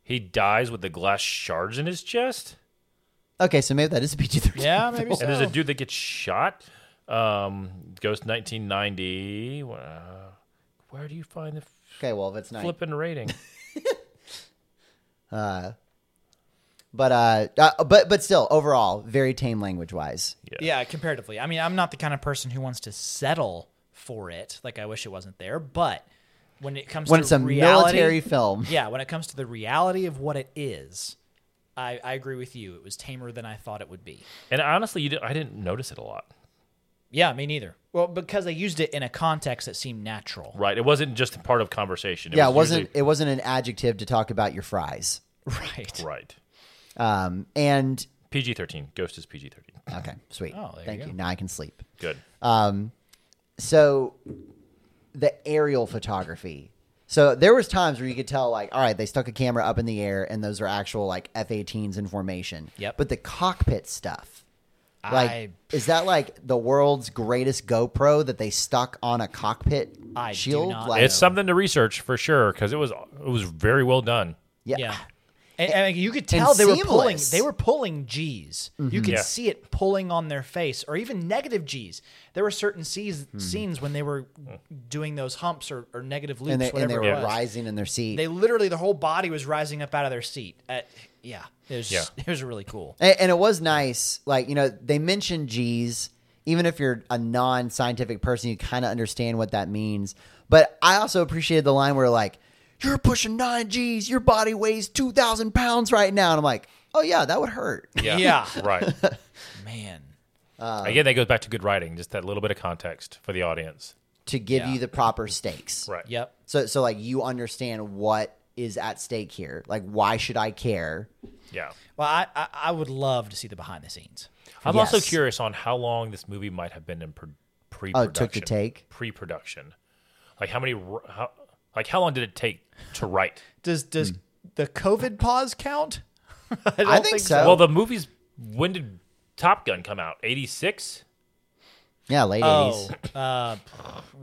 [SPEAKER 3] he dies with the glass shards in his chest,
[SPEAKER 2] okay, so maybe that is a PG thirteen.
[SPEAKER 4] Yeah. Maybe. So.
[SPEAKER 3] and
[SPEAKER 2] Oh.
[SPEAKER 3] there's a dude that gets shot. Um, Ghost 1990. Wow. Where do you find the
[SPEAKER 2] Okay, well, if it's not,
[SPEAKER 3] flipping rating?
[SPEAKER 2] but uh, uh, but but still, overall, very tame language wise.
[SPEAKER 4] Yeah, comparatively. I mean, I'm not the kind of person who wants to settle for it. Like, I wish it wasn't there. But when it comes
[SPEAKER 2] When
[SPEAKER 4] to
[SPEAKER 2] it's a
[SPEAKER 4] reality,
[SPEAKER 2] military film,
[SPEAKER 4] yeah, when it comes to the reality of what it is, I, I agree with you. It was tamer than I thought it would be.
[SPEAKER 3] And honestly, you did, I didn't notice it a lot.
[SPEAKER 4] Yeah, me neither. Well, because they used it in a context that seemed natural.
[SPEAKER 3] Right. It wasn't just part of conversation.
[SPEAKER 2] yeah, it wasn't it wasn't an adjective to talk about your fries.
[SPEAKER 4] Right.
[SPEAKER 3] usually- right.
[SPEAKER 2] Um, and
[SPEAKER 3] PG thirteen. Ghost is PG thirteen.
[SPEAKER 2] okay, sweet.
[SPEAKER 4] Oh, there you
[SPEAKER 2] Thank
[SPEAKER 4] go.
[SPEAKER 2] you. Now I can sleep.
[SPEAKER 3] Good.
[SPEAKER 2] so the aerial photography so there was times where you could tell like all right they stuck a camera up in the air and those are actual like f-18s in formation
[SPEAKER 4] Yep.
[SPEAKER 2] but the cockpit stuff like
[SPEAKER 4] I,
[SPEAKER 2] is that like the world's greatest gopro that they stuck on a cockpit
[SPEAKER 4] I do
[SPEAKER 2] shield
[SPEAKER 4] not
[SPEAKER 2] like
[SPEAKER 3] it's something to research for sure because it was it was very well done.
[SPEAKER 2] yeah,
[SPEAKER 4] yeah. And, and you could tell they were pulling.
[SPEAKER 2] seamless. Mm-hmm.
[SPEAKER 4] They were pulling G's. You could
[SPEAKER 3] Yeah.
[SPEAKER 4] see it pulling on their face, or even negative G's. There were certain C's,
[SPEAKER 2] Hmm.
[SPEAKER 4] scenes when they were doing those humps or, or negative loops,
[SPEAKER 2] and they, and
[SPEAKER 4] whatever
[SPEAKER 2] they were
[SPEAKER 4] it was.
[SPEAKER 2] rising in their seat
[SPEAKER 4] They literally the whole body was rising up out of their seat. Uh, yeah, it was.
[SPEAKER 3] Yeah.
[SPEAKER 4] it was really cool.
[SPEAKER 2] And, and it was nice. Like, you know, they mentioned G's. Even if you're a non scientific person, you kind of understand what that means. But I also appreciated the line where, like, you're pushing nine G's, your body weighs 2,000 pounds right now. And I'm like, oh, yeah, Uh, that would hurt.
[SPEAKER 3] Yeah.
[SPEAKER 4] Yeah.
[SPEAKER 3] right.
[SPEAKER 4] Man,
[SPEAKER 3] Again, that goes back to good writing. Just that little bit of context for the audience.
[SPEAKER 2] to give
[SPEAKER 4] Yeah.
[SPEAKER 2] you the proper stakes.
[SPEAKER 3] Right.
[SPEAKER 4] yep.
[SPEAKER 2] So, so like, you understand what is at stake here? Like, why should I care?
[SPEAKER 3] Yeah.
[SPEAKER 4] Well, I, I I would love to see the behind the scenes.
[SPEAKER 3] I'm also
[SPEAKER 2] Yes.
[SPEAKER 3] curious on how long this movie might have been in pro-
[SPEAKER 2] Oh,
[SPEAKER 3] pre-production.
[SPEAKER 2] it took to take?
[SPEAKER 3] Pre-production. Like how many? r- How, like how long did it take to write?
[SPEAKER 4] Does does the COVID pause count? I, don't
[SPEAKER 2] Hmm. think so.
[SPEAKER 3] Well, the movie's when did Top Gun come out? 86.
[SPEAKER 2] Yeah, late
[SPEAKER 4] Oh,
[SPEAKER 2] eighties.
[SPEAKER 4] uh,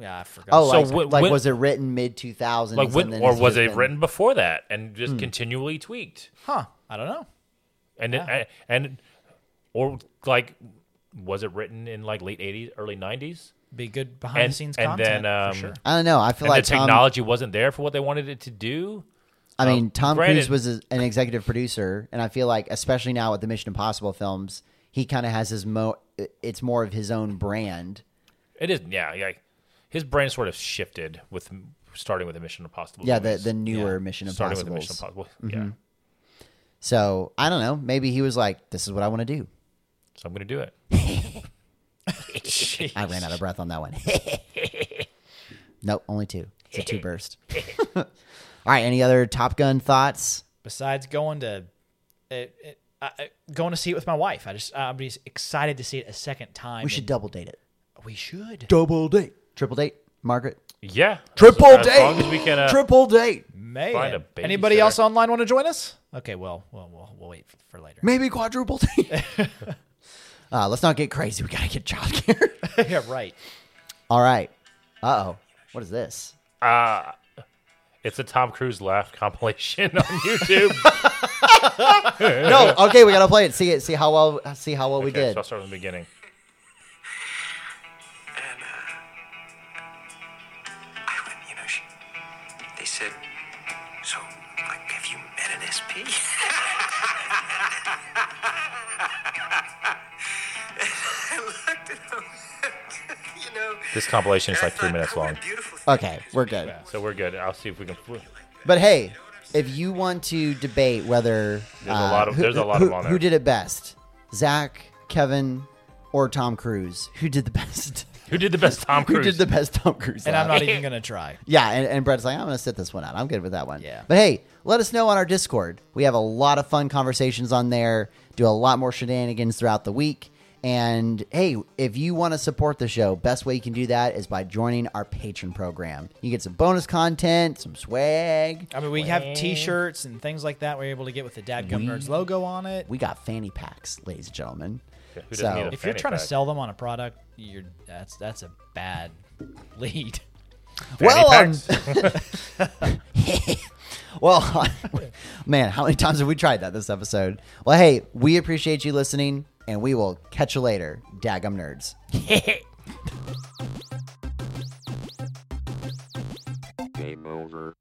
[SPEAKER 4] yeah, I forgot.
[SPEAKER 2] Oh,
[SPEAKER 3] So
[SPEAKER 2] like,
[SPEAKER 3] when-
[SPEAKER 2] like
[SPEAKER 3] when-
[SPEAKER 2] was it written mid two thousands?
[SPEAKER 3] Like when, or was it written before that and just
[SPEAKER 2] Hmm.
[SPEAKER 3] continually tweaked?
[SPEAKER 4] huh? I don't know.
[SPEAKER 3] And it- and or like was it written in like late 80s, early 90s?
[SPEAKER 4] Be good behind
[SPEAKER 3] And-
[SPEAKER 4] the scenes
[SPEAKER 3] and
[SPEAKER 4] content
[SPEAKER 3] then, um,
[SPEAKER 4] for sure.
[SPEAKER 2] I don't know. I feel
[SPEAKER 3] And
[SPEAKER 2] like um,
[SPEAKER 3] the
[SPEAKER 2] Tom-
[SPEAKER 3] technology wasn't there for what they wanted it to do.
[SPEAKER 2] I
[SPEAKER 3] Oh,
[SPEAKER 2] mean, Tom Cruise
[SPEAKER 3] granted-
[SPEAKER 2] was a, an executive producer, and I feel like, especially now with the Mission Impossible films, he kind of has his mo. It's more of his own brand.
[SPEAKER 3] It is, yeah. Like his brain sort of shifted with starting with the Mission Impossible.
[SPEAKER 2] Yeah, the
[SPEAKER 3] movies.
[SPEAKER 2] the newer Mission Mm-hmm.
[SPEAKER 3] starting
[SPEAKER 2] Impossible.
[SPEAKER 3] with the Mission Impossible. Yeah,
[SPEAKER 2] So I don't know. Maybe he was like, "This is what I want to do."
[SPEAKER 3] so I'm gonna do it.
[SPEAKER 2] I ran out of breath on that one. nope, only two. It's a two burst. All right. Any other Top Gun thoughts?
[SPEAKER 4] Besides going to, it, it, I, I- going to see it with my wife. I just I'm just excited to see it a second time.
[SPEAKER 2] We should double date it.
[SPEAKER 4] We should.
[SPEAKER 2] Double date. Triple date. Margaret.
[SPEAKER 3] Yeah,
[SPEAKER 2] Triple
[SPEAKER 3] as,
[SPEAKER 2] date.
[SPEAKER 3] As long as we can. Uh,
[SPEAKER 2] Triple date.
[SPEAKER 3] Find
[SPEAKER 4] Man.
[SPEAKER 3] a
[SPEAKER 4] Anybody
[SPEAKER 3] babysitter.
[SPEAKER 4] else online want to join us? Okay, well, we'll we'll, we'll wait for, for later.
[SPEAKER 2] Maybe quadruple date. uh, let's not get crazy. We gotta get childcare.
[SPEAKER 4] yeah, right.
[SPEAKER 2] All right. Uh oh. What is this?
[SPEAKER 3] it's a Tom Cruise laugh compilation on YouTube.
[SPEAKER 2] No. Okay, we gotta play it. See it. See how well. See how well we
[SPEAKER 3] Okay,
[SPEAKER 2] did.
[SPEAKER 3] So I'll start from the beginning.
[SPEAKER 1] And uh, I went, you know, she, they said, so, like, have you met an SP? I looked at him, you know.
[SPEAKER 3] This compilation is
[SPEAKER 1] and I
[SPEAKER 3] like three
[SPEAKER 1] thought,
[SPEAKER 3] minutes
[SPEAKER 1] "Oh, what a
[SPEAKER 3] long."
[SPEAKER 1] beautiful thing
[SPEAKER 2] Okay,
[SPEAKER 1] it is."
[SPEAKER 2] we're good.
[SPEAKER 3] So we're good. I'll see if we can. There's
[SPEAKER 2] But hey, if you want to debate whether uh,
[SPEAKER 3] a lot of.
[SPEAKER 2] who,
[SPEAKER 3] There's a lot
[SPEAKER 2] who,
[SPEAKER 3] of them on there.
[SPEAKER 2] who did it best, Zach, Kevin, or Tom Cruise, who did the best?
[SPEAKER 3] Who did the best Tom
[SPEAKER 2] Who
[SPEAKER 3] Cruise?
[SPEAKER 2] did the best Tom Cruise?
[SPEAKER 4] And I'm
[SPEAKER 2] laugh?
[SPEAKER 4] not even gonna try.
[SPEAKER 2] Yeah, and, and Brett's like, I'm gonna sit this one out. I'm good with that one.
[SPEAKER 4] Yeah.
[SPEAKER 2] But hey, let us know on our Discord. We have a lot of fun conversations on there. Do a lot more shenanigans throughout the week. And hey, if you want to support the show, best way you can do that is by joining our patron program. You get some bonus content, some swag.
[SPEAKER 4] I mean, we have T-shirts and things like that. We're able to get with the Dadgum Nerds logo on it.
[SPEAKER 2] We got fanny packs, ladies and gentlemen.
[SPEAKER 3] Yeah, who doesn't
[SPEAKER 2] so
[SPEAKER 3] need a
[SPEAKER 4] if you're
[SPEAKER 3] fanny
[SPEAKER 4] trying to
[SPEAKER 3] pack?
[SPEAKER 4] sell them on a product, you're that's that's a bad lead.
[SPEAKER 3] Fanny
[SPEAKER 2] well, um,
[SPEAKER 3] packs?
[SPEAKER 2] Well, man, how many times have we tried that this episode? Well, hey, we appreciate you listening, and we will catch you later, Dagum Nerds.
[SPEAKER 5] Game over.